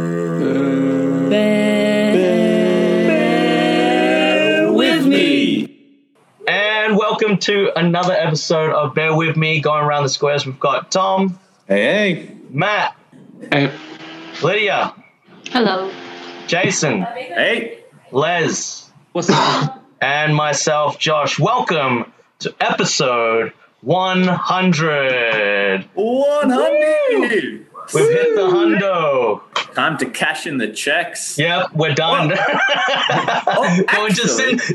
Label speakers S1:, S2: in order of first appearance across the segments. S1: Burn.
S2: with me. And welcome to another episode of Bear With Me going around the squares. We've got Tom,
S3: Hey,
S2: Matt, Lydia,
S4: Hello.
S2: Jason,
S3: hey, hey.
S2: Les,
S5: What's up?
S2: and myself, Josh. Welcome to episode 100.
S3: 100!
S2: We've hit the hundo.
S3: Time to cash in the checks.
S2: Yep, we're done.
S3: Oh,
S2: Going to syn-
S3: actually,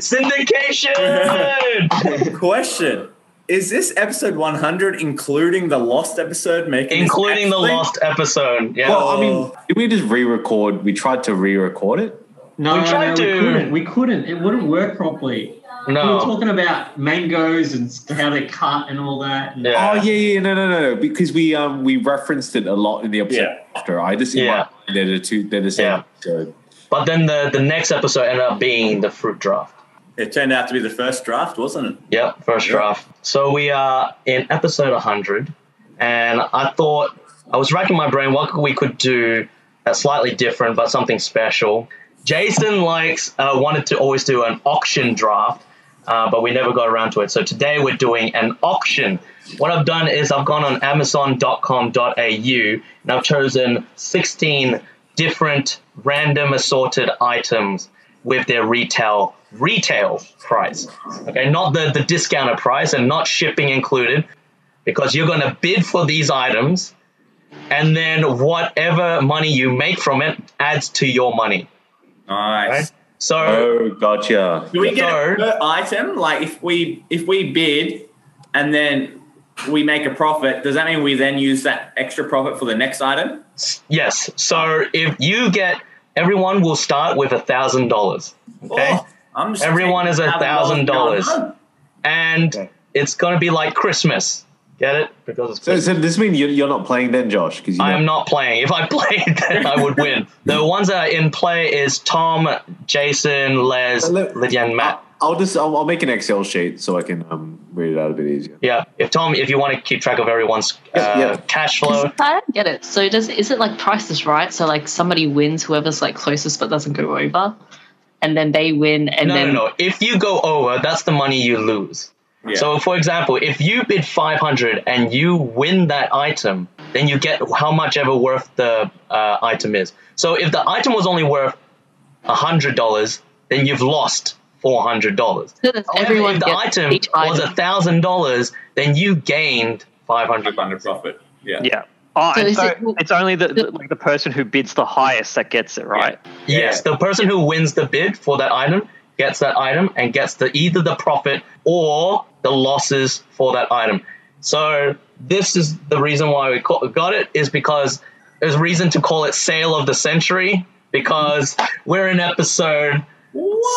S2: syndication,
S3: question. Is this episode 100 including the lost episode making this
S2: including the
S3: actually-
S2: lost episode. Yeah.
S3: Well,
S5: I mean,
S3: Oh.
S1: Did we just re-record? We tried to re-record it.
S5: no,
S2: We tried
S5: no,
S2: to- Oh.
S5: we couldn't. We couldn't. It wouldn't work properly. We were
S2: no.
S5: talking about mangoes and how they cut and all that. And
S2: Yeah.
S1: Oh yeah, yeah, no, no, no, no, because we um we referenced it a lot in the episode
S3: Yeah.
S1: after. I just in
S2: Yeah.
S1: my mind, they're the two, they're the same
S2: Yeah.
S1: episode.
S2: But then the, the next episode ended up being the fruit draft.
S3: It turned out to be the first draft, wasn't it?
S2: Yep, first
S3: Yep.
S2: draft. So we are in episode 100, and I thought I was racking my brain what we could do that's slightly different, but something special. Jason likes uh, wanted to always do an auction draft, uh, but we never got around to it. So today we're doing an auction. What I've done is I've gone on Amazon.com.au and I've chosen 16 different random assorted items with their retail retail price. Okay, not the, the discounted price and not shipping included, because you're gonna bid for these items and then whatever money you make from it adds to your money.
S3: Nice.
S2: So
S1: Oh, gotcha.
S3: Do we get
S2: So-
S3: a per item? Like if we if we bid and then we make a profit, does that mean we then use that extra profit for the next item?
S2: Yes. So if you get, everyone will start with a thousand dollars. Okay.
S3: Oh, I'm just
S2: Everyone
S3: taking
S2: is $1,000.
S3: home.
S2: And it's going to be like Christmas. Get it? Because it's
S1: So,
S2: Christmas.
S1: so does this mean you're, you're not playing then, Josh? Because
S2: I am not playing. If I played, then I would win. the ones that are in play is Tom, Jason, Les,
S1: Let-
S2: Lydia, and Matt.
S1: I'll just I'll, I'll make an Excel sheet so I can um read it out a bit easier.
S2: Yeah. If Tom, if you want to keep track of everyone's uh,
S1: Yeah, yeah.
S2: cash flow,
S4: I don't get it. So does is it like prices right? So like somebody wins whoever's like closest but doesn't go over, and then they win, and
S2: no,
S4: then
S2: no, no. If you go over, that's the money you lose.
S3: Yeah.
S2: So, for example, if you bid 500 and you win that item, then you get how much ever worth the uh, item is. So, if the item was only worth $100, then you've lost $400.
S4: So
S2: However,
S4: does everyone
S2: if the
S4: gets
S2: item
S4: each item.
S2: was $1,000, then you gained 500
S3: under profit. Yeah.
S6: Yeah. Oh,
S4: So
S6: and
S4: is
S6: so
S4: it-
S6: it's only the, the like the person who bids the highest that gets it, right?
S2: Yes, the person who wins the bid for that item gets that item and gets the either the profit or the losses for that item. So this is the reason why we call, got it is because there's reason to call it sale of the century because we're in episode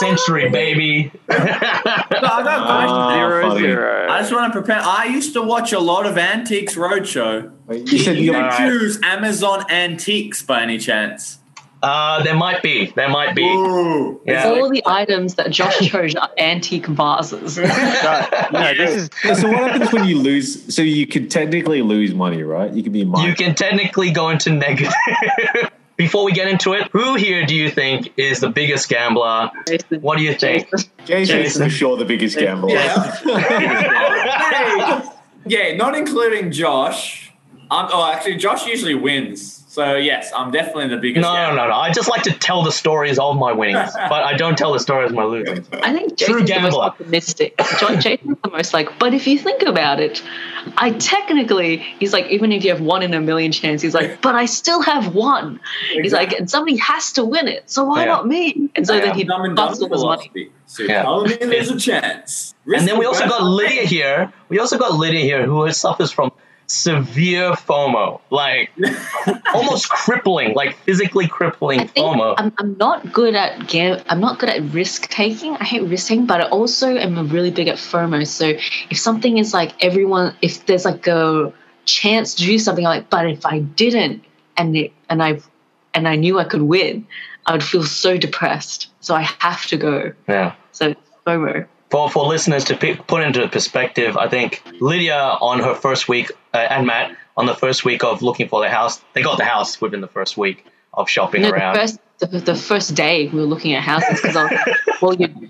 S2: century baby.
S3: So I got a question.
S1: Ah,
S6: Zero
S1: funny.
S6: zero.
S3: I just want to prepare. I used to watch a lot of Antiques Roadshow.
S1: Wait, You said
S3: Did you
S1: you
S3: choose Amazon Antiques by any chance?
S2: uh, there might be, there might be.
S3: Ooh.
S2: Yeah.
S4: all the items that Josh chose are antique vases.
S6: No, no, this is
S1: so what happens when you lose? So you can technically lose money, right? You can be minus.
S2: You can technically go into negative. Before we get into it, who here do you think is the biggest gambler? What do you think?
S1: Jason is
S2: Jason.
S1: for sure the biggest gambler.
S3: Hey, yeah, not including Josh. I'm, oh, actually, Josh usually wins. So, yes, I'm definitely the biggest.
S2: No, no, no, no. I just like to tell the stories of my winnings, but I don't tell the stories of my losings.
S4: I
S2: True
S4: think Jason's the most
S2: gambler.
S4: optimistic. Jo- Jason's the most like, but if you think about it, I technically, he's like, even if you have one in a million chance, he's like, but I still have one. He's like, and somebody has to win it, so why
S2: Yeah.
S4: not me? And so
S2: Yeah.
S4: then he
S3: Dumb and dumb
S4: busts all his money.
S3: philosophy. So,
S2: Yeah.
S3: tell me there's a chance.
S2: And then we also got Lydia here. We also got Lydia here who suffers from severe FOMO, like almost crippling, like physically crippling
S4: I think
S2: FOMO.
S4: I'm, I'm not good at game. I'm not good at risk taking. I hate risk taking, but I also am really big at FOMO. So if something is like everyone, if there's like a chance to do something, I'm like, but if I didn't, and it, and I, and I knew I could win, I would feel so depressed. So I have to go.
S2: yeah.
S4: So FOMO.
S2: For, for listeners to pick, put into perspective, I think Lydia on her first week, uh, and Matt on the first week of looking for the house, they got the house within the first week of shopping
S4: No, the
S2: around.
S4: first the, the first day we were looking at houses because I was well, you,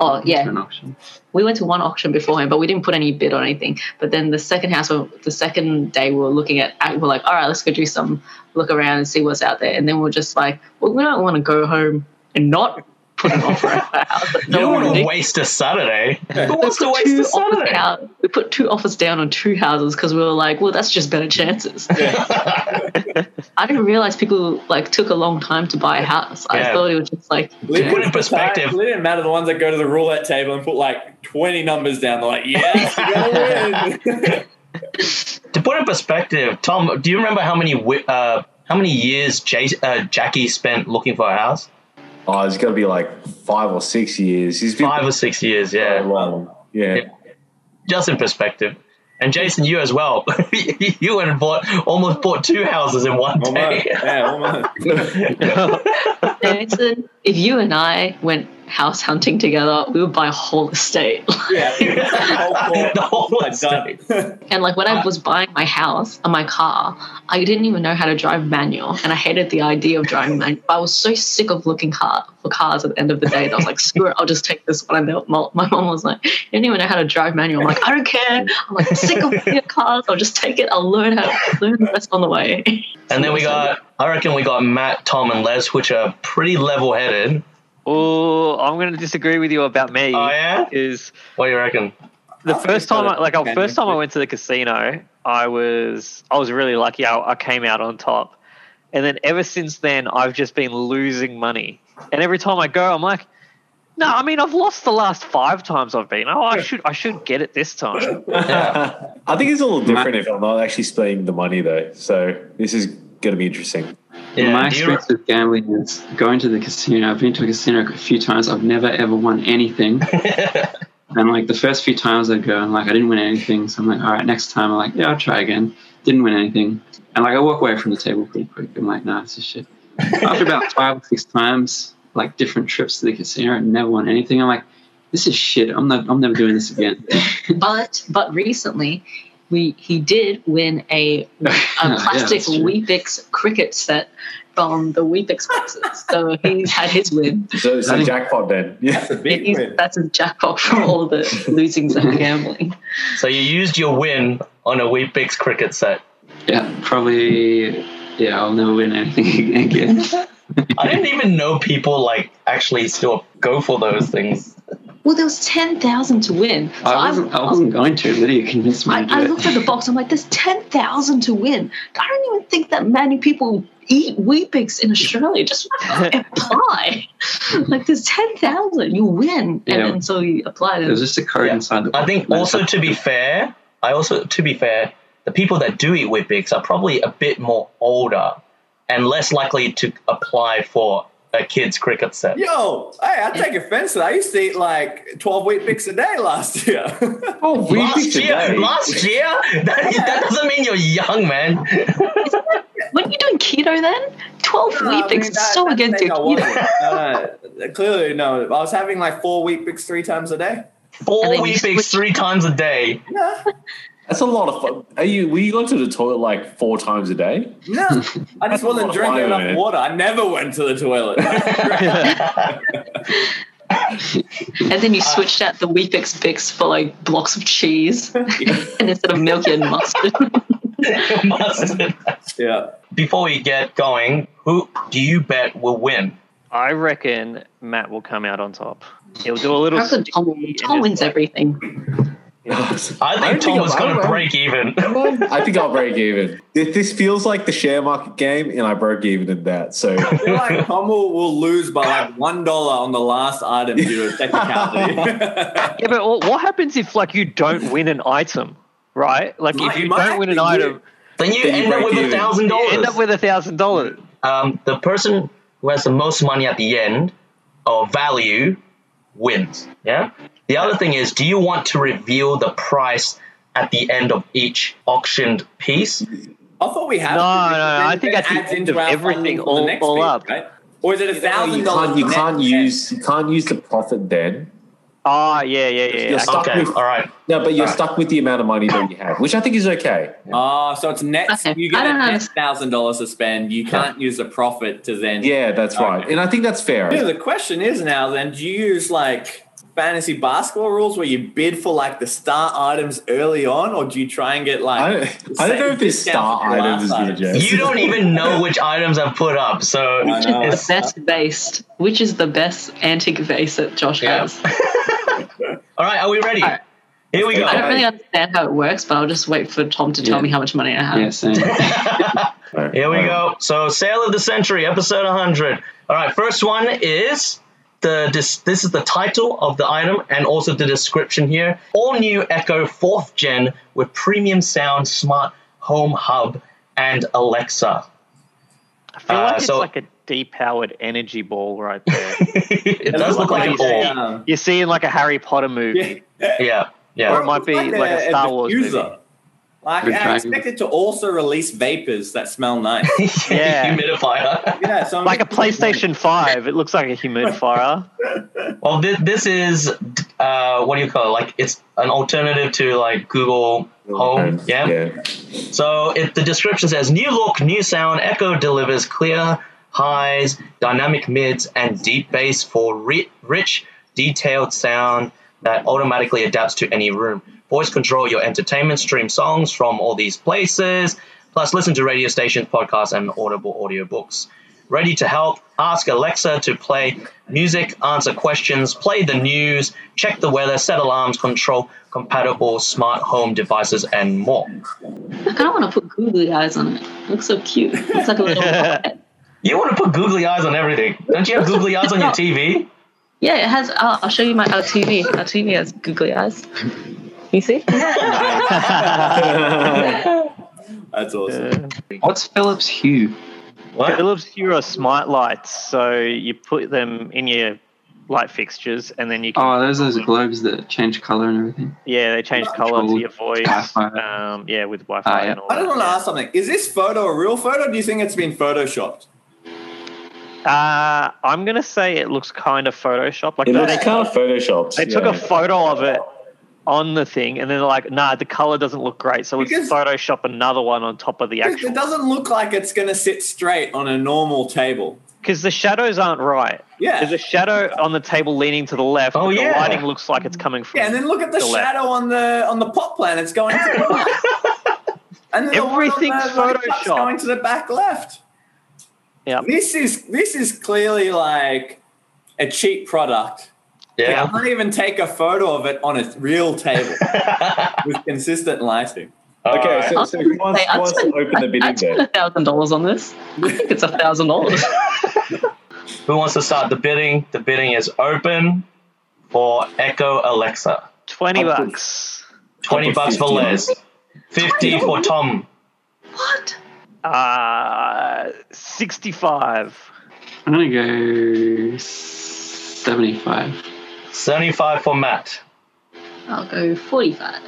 S4: oh yeah,
S7: An auction.
S4: we went to one auction beforehand, but we didn't put any bid on anything. But then the second house, we- the second day, we were looking at, we were like, all right, let's go do some look around and see what's out there. And then we are just like, well, we don't want to go home and not put an offer out for our house. That's
S2: you
S4: not
S2: don't
S4: what we
S2: want
S4: do.
S2: to waste a Saturday. Who
S4: So
S2: wants
S4: we
S2: to
S4: put
S2: waste
S4: two
S2: a
S4: offers
S2: Saturday?
S4: out- We put two offers down on two houses because we were like, well, that's just better chances. I didn't realize people like took a long time to buy a house.
S2: Yeah.
S4: I thought it was just like
S8: Lydian
S2: Put in perspective.
S8: Lydian matter the ones that go to the roulette table and put like twenty numbers down. They're like, yes, you're gonna win.
S2: to put in perspective, Tom, do you remember how many wi- uh, how many years Jay- uh, Jackie spent looking for a house?
S1: Oh, it's got to be like five or six years. He's been
S2: Five or six years, yeah.
S1: long. Yeah.
S2: just in perspective. And Jason, you as well. you went and bought almost bought two houses in one
S8: Almost.
S2: day.
S8: Yeah, almost.
S4: Jason, if you and I went house hunting together, we would buy a whole estate.
S8: Yeah.
S2: The whole
S8: Like, done.
S4: and like when I was buying my house and my car, I didn't even know how to drive manual, and I hated the idea of driving manual. I was so sick of looking car for cars at the end of the day. That I was like, screw it, I'll just take this one. And then my my mom was like, you don't even know how to drive manual. I'm like, I don't care. I'm like sick of looking at cars. I'll just take it. I'll learn how learn the rest on the way.
S2: And then we got, I reckon we got Matt, Tom, and Les, which are pretty level headed.
S5: Oh, I'm going to disagree with you about me.
S2: Oh, yeah?
S5: Is
S2: What do you reckon?
S5: the
S8: I
S5: first
S8: think so.
S5: time, I, like, oh,
S8: Okay,
S5: first time I
S8: next
S5: went to the casino, I was I was really lucky. I, I came out on top, and then ever since then, I've just been losing money. And every time I go, I'm like, no, I mean, I've lost the last five times I've been. Oh, I should I should get it this time.
S1: I think it's a little different if I'm not actually spending the money though. So this is going to be interesting.
S2: Yeah,
S7: My
S2: do you,
S7: experience with gambling is going to the casino. I've been to a casino a few times. I've never ever won anything. and like the first few times I go, and like I didn't win anything. So I'm like, all right, next time. I'm like, yeah, I'll try again. Didn't win anything. And like I walk away from the table pretty quick. I'm like, nah, this is shit. After about five or six times, like different trips to the casino, I never won anything. I'm like, this is shit. I'm not. I'm never doing this again.
S4: but but recently we he did win a, a
S7: Ah, Yeah,
S4: plastic
S7: that's true.
S4: Weebix cricket set from the Weebix boxes. so he's had his win.
S1: So it's
S7: I
S1: a
S7: think-
S1: jackpot then. Yeah.
S8: That's a big
S4: He's-
S8: win.
S4: that's a jackpot from all the losings and gambling.
S2: so you used your win on a Weebix cricket set.
S7: yeah, probably. Yeah, I'll never win anything again.
S2: I didn't even know people like actually still go for those things.
S4: Well, there was ten thousand to win. So
S7: I wasn't. I wasn't going to. Lydia convinced me
S4: I,
S7: to do
S4: I
S7: it.
S4: looked at the box. I'm like, there's ten thousand to win. I don't even think that many people eat Weebix in Australia. Just apply. like, there's ten thousand. You win, and
S7: Yeah.
S4: then so you apply.
S7: It
S4: And
S7: was just a code
S2: Yeah.
S7: inside the.
S2: I think
S7: box.
S2: also to be fair, I also to be fair, the people that do eat Weebix are probably a bit more older and less likely to apply for a kids cricket set.
S8: Yo, hey, I take offense to that. I used to eat like 12 wheat picks a day last year.
S1: Oh, we
S2: Last year, last year? That, that doesn't mean you're young, man.
S4: When you're doing keto, then twelve
S8: No,
S4: wheat
S8: I
S4: bix
S8: mean,
S4: is
S8: that-
S4: so
S8: that
S4: against
S8: thing
S4: your
S8: I
S4: keto.
S8: wasn't. No, no, clearly, no. I was having like four wheat picks three times a day.
S2: Four
S4: And then you
S2: Weebix
S4: switch-
S2: three times a day.
S8: No,
S1: That's a lot of fun. Are you? Were you going to the toilet like four times a day?
S8: no. I just wasn't drinking enough water. I never went to the toilet.
S4: And
S7: Uh,
S4: then you switched out the wheat bix bix for like blocks of cheese, and instead of milk and mustard.
S2: Mustard.
S8: yeah.
S2: Before we get going, who do you bet will win?
S5: I reckon Matt will come out on top. He'll do a little.
S4: How could Tom,
S5: sticky and
S4: Tom
S5: just
S4: wins
S5: like-
S4: everything.
S2: I think Tom was going to
S1: break.
S2: break even.
S1: I think I'll break even. If this feels like the share market game, and I broke even in that. So
S8: I feel like Tom will, will lose by like one dollar on the last item due to technicality.
S5: Yeah, but what what happens if like you don't win an item, right? Like
S8: Might-
S5: if you
S8: might
S5: don't win an
S8: actually win.
S5: item,
S2: Then you
S1: Then you
S2: end up
S1: break
S2: with a
S1: even.
S2: thousand
S5: you end
S2: dollars.
S5: up with a thousand dollars.
S2: um, the person who has the most money at the end or value wins. Yeah. The other thing is, do you want to reveal the price at the end of each auctioned piece?
S8: I thought we had.
S5: No,
S8: to,
S5: no,
S8: because
S5: no,
S8: then
S5: I think
S8: it
S5: that's the
S8: adds
S5: end
S8: into
S5: of
S8: our
S5: everything
S8: funding for the
S5: all-
S8: next
S5: all
S8: piece,
S5: up.
S8: right? Or is it a
S1: you
S8: thousand dollars?
S1: can't, you
S8: net?
S1: can't use you can't use the profit then.
S5: Ah, yeah, yeah, yeah.
S1: You're
S5: yeah.
S1: stuck
S2: Okay,
S1: with,
S2: all right.
S1: no, but you're
S2: Alright.
S1: stuck with the amount of money that you have, which I think is okay.
S3: Oh, so it's net.
S4: Okay,
S3: You get
S4: I
S3: a
S4: don't
S3: net
S4: understand.
S3: thousand dollars to spend. You can't use the profit to then.
S1: Yeah, that's right,
S3: Okay.
S1: and I think that's fair.
S3: Yeah, the question is now then, do you use like fantasy basketball rules where you bid for like the star items early on, or do you try and get like.
S1: I don't, I don't know if it's star
S3: Discount for
S1: items is
S3: last
S1: good,
S3: item.
S1: Jess.
S2: You don't even know which items I've put up, so
S3: I know.
S4: The
S2: it's-
S4: best vase. Which is the best antique vase that Josh
S2: Yeah.
S4: has?
S2: all right. Are we ready?
S4: All right.
S2: Here we go.
S4: I don't
S1: Alright.
S4: really understand how it works, but I'll just wait for Tom to tell
S7: Yeah.
S4: me how much money I have.
S7: Yeah, same.
S2: Here we go. So, Sale of the Century, episode 100. All right, first one is the dis- this is the title of the item and also the description here. All new Echo 4th gen with premium sound, smart home hub, and Alexa.
S5: I feel
S2: Uh,
S5: like it's
S2: so-
S5: like a depowered energy ball right there.
S2: it does look like an orb.
S3: um,
S5: you see in like a Harry Potter movie.
S3: yeah.
S2: Yeah,
S5: Or it
S2: yeah.
S5: might be like a Star Wars
S3: diffuser.
S5: movie.
S3: Like,
S7: Good
S3: and I
S7: try.
S3: expect it to also release vapors that smell nice.
S5: Yeah.
S2: Humidifier.
S3: yeah, so I'm
S5: Like a PlayStation 5, it looks like a humidifier.
S2: Well, this, this is uh, what do you call it? Like it's an alternative to like Google Home. Yeah. So if the description says new look, new sound, Echo delivers clear highs, dynamic mids, and deep bass for ri- rich, detailed sound that automatically adapts to any room. Voice control your entertainment, stream songs from all these places, plus listen to radio stations, podcasts, and audible audiobooks. Ready to help? Ask Alexa to play music, answer questions, play the news, check the weather, set alarms, control compatible smart home devices, and more.
S4: I kind of want to put googly eyes on it. it. Looks so cute. It's like a little.
S5: Yeah.
S2: You want to put googly eyes on everything. Don't you have googly eyes on your TV?
S4: Yeah, it has. I'll, I'll show you my our TV. Our TV has googly eyes. You see?
S3: That's awesome.
S7: What's Philips Hue?
S2: What?
S5: Philips Hue are smart lights, so you put them in your light fixtures, and then you can,
S7: Oh, those are those globes that change color and everything.
S5: yeah, they change color to your voice.
S7: Wi-Fi.
S5: Um, yeah, with Wi-Fi
S7: Ah, yeah.
S5: and all
S3: I
S5: that.
S3: don't want to ask something. Is this photo a real photo? Or do you think it's been photoshopped?
S5: Uh, I'm gonna say it looks kind of Photoshop. Like
S1: It
S5: they-
S1: looks kind of photoshopped.
S5: they took
S1: yeah.
S5: a photo of it on the thing, and then they're like, "Nah, the color doesn't look great, so let's
S3: Because-
S5: Photoshop another one on top of the actual."
S3: It doesn't look like it's going to sit straight on a normal table.
S5: Because the shadows aren't right.
S3: Yeah.
S5: There's a shadow on the table leaning to the left.
S2: Oh,
S5: but
S2: yeah.
S5: The lighting looks like it's coming from.
S3: Yeah, and then look at the
S5: The left.
S3: shadow on the on the pot plant. It's going to the left. And then the one on
S5: Everything's
S3: the lollipop's
S5: photoshopped.
S3: going to the back left.
S5: Yeah.
S3: This is this is clearly like a cheap product. I
S2: Yeah.
S3: can't even take a photo of it on a real table with consistent lighting.
S2: All
S1: Okay,
S2: right.
S1: so, so who wants,
S4: Hey,
S1: who
S4: I'd
S1: wants to
S4: spend-
S1: open the bidding
S4: I'd spend
S1: there?
S4: a thousand dollars on this. I think it's a thousand dollars.
S2: Who wants to start the bidding? The bidding is open for Echo Alexa.
S5: Twenty
S7: Oh,
S1: I'll put-
S5: bucks.
S2: Twenty
S1: I'll
S2: bucks
S1: put
S2: for
S1: 50.
S2: Les. Fifty for Tom.
S4: What?
S5: Uh, sixty-five.
S7: I'm gonna go seventy-five.
S2: Seventy-five for Matt.
S4: I'll go forty-five.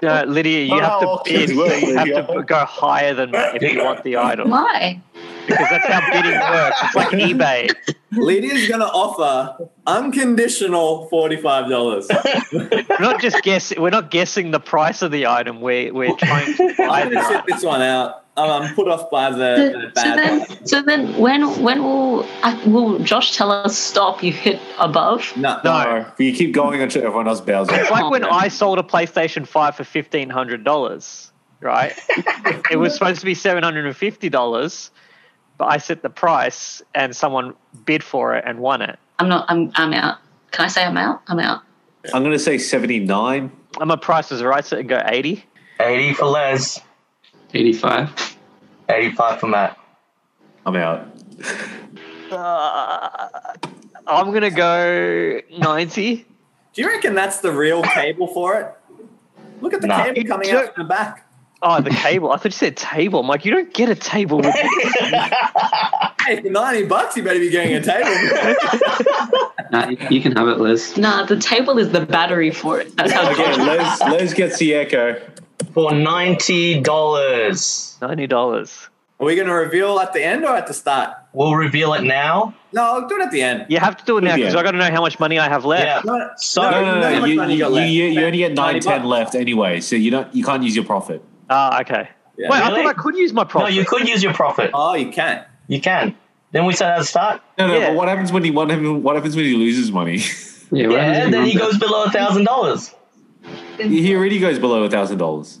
S5: No, Lydia, you
S1: Not
S5: have
S1: how
S5: to
S1: auctions
S5: bid. So
S1: work,
S5: you have
S1: Lydia.
S5: to go higher than that if you want the item,
S4: Why?
S5: because that's how bidding works. It's like eBay.
S3: Lydia's going to offer unconditional $45.
S5: We're not just guessing. We're not guessing the price of the item. We're we're trying to buy
S3: I'm
S5: the
S3: going to sit
S5: item.
S3: this one out. I'm I'm put off by the, the
S4: So, so
S3: bad one.
S4: then, so then, when when will I, will Josh tell us stop? You hit above.
S3: No.
S5: No,
S1: No, you keep going until everyone else bows
S5: it's
S1: out.
S5: like when I sold a PlayStation Five for fifteen hundred dollars. Right? it was supposed to be seven hundred and fifty dollars, but I set the price, and someone bid for it and won it.
S4: I'm not. I'm I'm out. Can I say I'm out? I'm out.
S1: I'm going to say 79.
S5: I'm a price is right, so it can go eighty.
S2: Eighty for Les.
S7: Eighty-five.
S2: Eighty-five for Matt.
S1: I'm out.
S5: Uh, I'm gonna go ninety.
S3: Do you reckon that's the real cable for it? Look at the
S2: Nah.
S3: cable coming out from the back.
S5: Oh, the cable. I thought you said table. I'm like, you don't get a table with
S3: Hey, for 90 bucks, you better be getting a table.
S7: Nah, you- you can have it, Liz.
S4: Nah, the table is the battery for it. That's how
S1: Okay,
S4: Josh.
S1: Les, Les gets the echo.
S2: For ninety dollars.
S5: ninety dollars.
S8: Are we going to reveal at the end or at the start?
S2: We'll reveal it now.
S8: No, do it at the end.
S5: You have to do it now because
S1: Yeah.
S5: I got to know how much money I have left.
S2: Yeah.
S8: No,
S2: So-
S1: No, no,
S8: how
S1: no. no.
S8: much
S1: You,
S8: money you got
S1: you,
S8: left?
S1: you, you only get nine,
S8: 90
S1: ten
S8: bucks.
S1: left anyway, so you don't you can't use your profit.
S5: Ah, okay.
S8: Yeah.
S5: Wait, I
S2: Really?
S5: thought I could use my
S2: No,
S5: profit.
S2: you could use your profit.
S8: Oh, you can.
S2: You can. Then we said at the start.
S1: No, no.
S5: Yeah.
S1: But what happens when he what, happen- what happens when he loses money?
S7: Yeah, what happens if
S2: Yeah,
S7: you
S2: then he
S7: want
S2: goes below a thousand dollars.
S1: he already goes below a thousand dollars.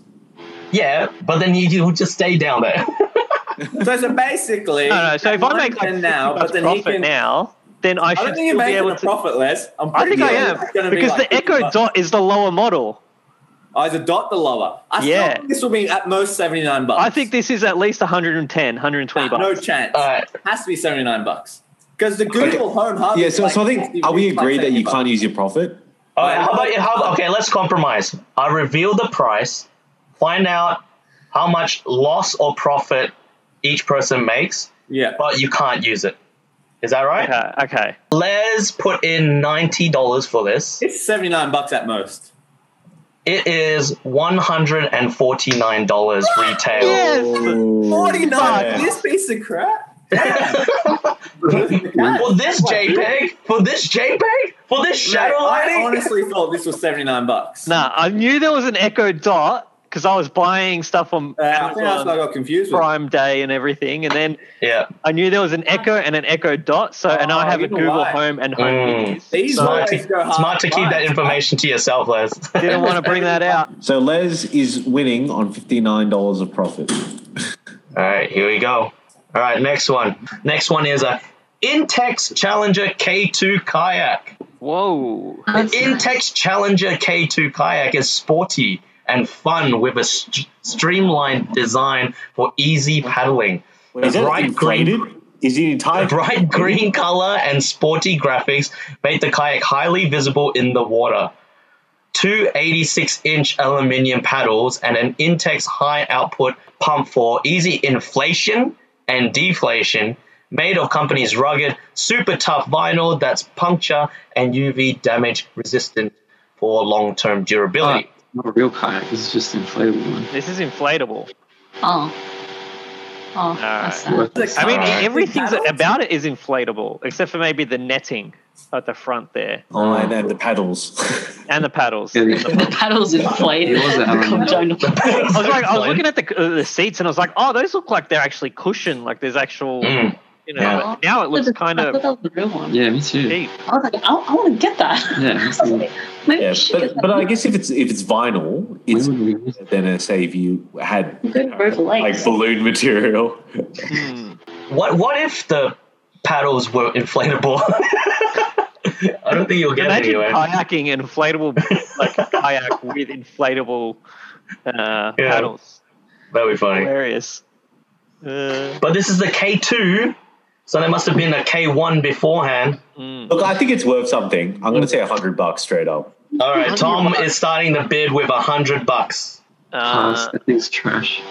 S2: Yeah, but then you will just stay down there.
S8: So, so basically,
S5: no, no. So if I make like 50
S8: London now, but
S5: bucks
S8: then he
S5: profit
S8: can.
S5: now, then I
S8: I
S5: should
S8: don't think you're
S5: still be
S8: making
S5: able
S8: a
S5: to.
S8: profit, Les. I'm
S5: I think
S8: pretty
S5: I
S8: sure
S5: am
S8: it's gonna be
S5: because
S8: like 50
S5: the Echo
S8: bucks.
S5: Dot is the lower model.
S8: Oh, it's a dot the lower. I
S5: Yeah.
S8: still think this will be at most seventy nine bucks.
S5: I think this is at least 110, 120 bucks.
S8: no chance.
S2: All right.
S8: Has to be seventy nine bucks because the Google Home Hub.
S1: Yeah.
S8: is
S1: So,
S8: like
S1: so I
S8: 50,
S1: think are we
S8: like
S1: agreed that
S8: 70
S1: you
S8: bucks.
S1: can't use your profit?
S2: All right. How about how, about- okay? Let's compromise. I reveal the price. Find out how much loss or profit each person makes,
S8: Yeah.
S2: but you can't use it. Is that right?
S5: Okay, okay.
S2: Les put in ninety dollars for this.
S8: It's seventy nine bucks at most.
S2: It is one hundred and forty nine dollars retail.
S5: Yes.
S8: Forty nine.
S1: Yeah.
S8: This piece of crap.
S2: For this JPEG, for this JPEG, for this shadow
S8: Mate, I
S2: lighting.
S8: honestly thought this was seventy nine bucks.
S5: Nah, I knew there was an Echo Dot because I was buying stuff on
S8: Uh, I think that's
S5: Amazon
S8: what I got confused with.
S5: Prime Day and everything, and then
S2: yeah.
S5: I knew there was an Echo and an Echo Dot. So, and I
S8: Oh,
S5: have a
S8: you know
S5: Google
S8: why.
S5: Home and Home
S2: Mm.
S5: Minis.
S8: These
S5: So
S2: Smart
S8: always
S2: to,
S8: go hard
S2: smart to keep that
S8: price.
S2: information to yourself, Les.
S5: didn't want to bring that out.
S1: So Les is winning on fifty nine dollars of profit.
S2: All right, here we go. All right, next one. Next one is a Intex Challenger K2 kayak.
S5: Whoa.
S2: The
S4: That's nice.
S2: Intex Challenger K2 kayak is sporty and fun with a st- streamlined design for easy paddling.
S1: Is
S2: The
S1: that
S2: bright green-
S1: inflated? Is the entire
S2: The bright green color and sporty graphics make the kayak highly visible in the water. Two 86 inch aluminium paddles and an Intex high output pump for easy inflation and deflation, made of company's rugged, super tough vinyl that's puncture and UV damage resistant for long term
S7: to-
S2: durability.
S7: Not a real kayak. This is just an inflatable one.
S5: This is inflatable.
S4: Oh. Oh, that's sad.
S7: Worthless.
S5: I mean,
S2: Alright.
S5: everything
S8: Paddles?
S5: about it is inflatable, except for maybe the netting at the front there
S1: Oh, and, and the paddles.
S5: and the paddles.
S7: Yeah,
S5: I
S7: the-
S4: The paddles inflate.
S7: It was a
S4: the
S7: hell of a-
S4: conjoined-
S5: was like, I was looking at the, uh, the seats and I was like, oh, those look like they're actually cushioned. Like there's actual,
S2: Mm.
S5: you know.
S2: yeah.
S5: but Now it looks kind
S4: I
S5: of
S4: thought that was the real one.
S7: yeah, me too.
S5: cheap.
S4: I was like, I, I want to get that.
S7: Yeah, me
S4: I was
S7: too.
S4: like, maybe
S1: yeah,
S4: we should
S1: but
S4: get
S1: but
S4: that.
S1: I guess if it's if it's vinyl,
S7: Why
S1: it's
S7: would we use it?
S1: than uh, say if you had
S4: Good road
S1: like
S4: legs.
S1: balloon material.
S5: Hmm.
S2: What, what if the paddles were inflatable? I don't think you'll get
S5: Imagine
S2: anywhere.
S5: kayaking an inflatable like kayak with inflatable uh,
S2: Yeah.
S5: paddles.
S2: That'd be funny.
S5: Hilarious. Uh,
S2: But this is the K2, so there must have been a K1 beforehand.
S5: mm.
S1: Look, I think it's worth something. I'm going to say a hundred bucks straight up.
S2: All right, Tom is starting the bid with a hundred bucks.
S7: Pass.
S5: Uh,
S7: That thing's trash.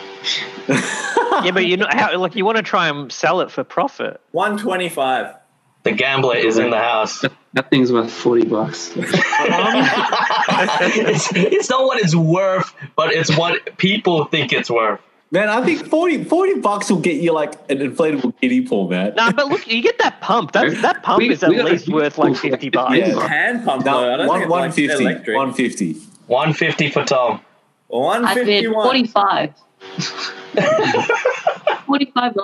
S5: yeah, but you know, how, like you want to try and sell it for profit.
S8: One twenty five.
S2: The gambler is in the house.
S7: That thing's worth forty bucks.
S2: it's, it's not what it's worth, but it's what people think it's worth.
S1: Man, I think 40, 40 bucks will get you like an inflatable kiddie pool, man.
S5: No, but look, you get that pump. That that pump
S7: We-
S5: is at
S7: we got a
S5: least
S7: huge
S5: worth
S7: pool
S5: like
S7: for
S5: fifty
S7: like
S5: bucks.
S7: 15
S1: Yeah.
S8: Hand pump
S1: No,
S8: though. I don't
S1: one-
S8: think it's like
S1: 150,
S8: electric.
S1: 150.
S2: 150 for Tom.
S8: One
S4: I
S8: fifty
S4: bid
S8: one.
S4: 45 $45.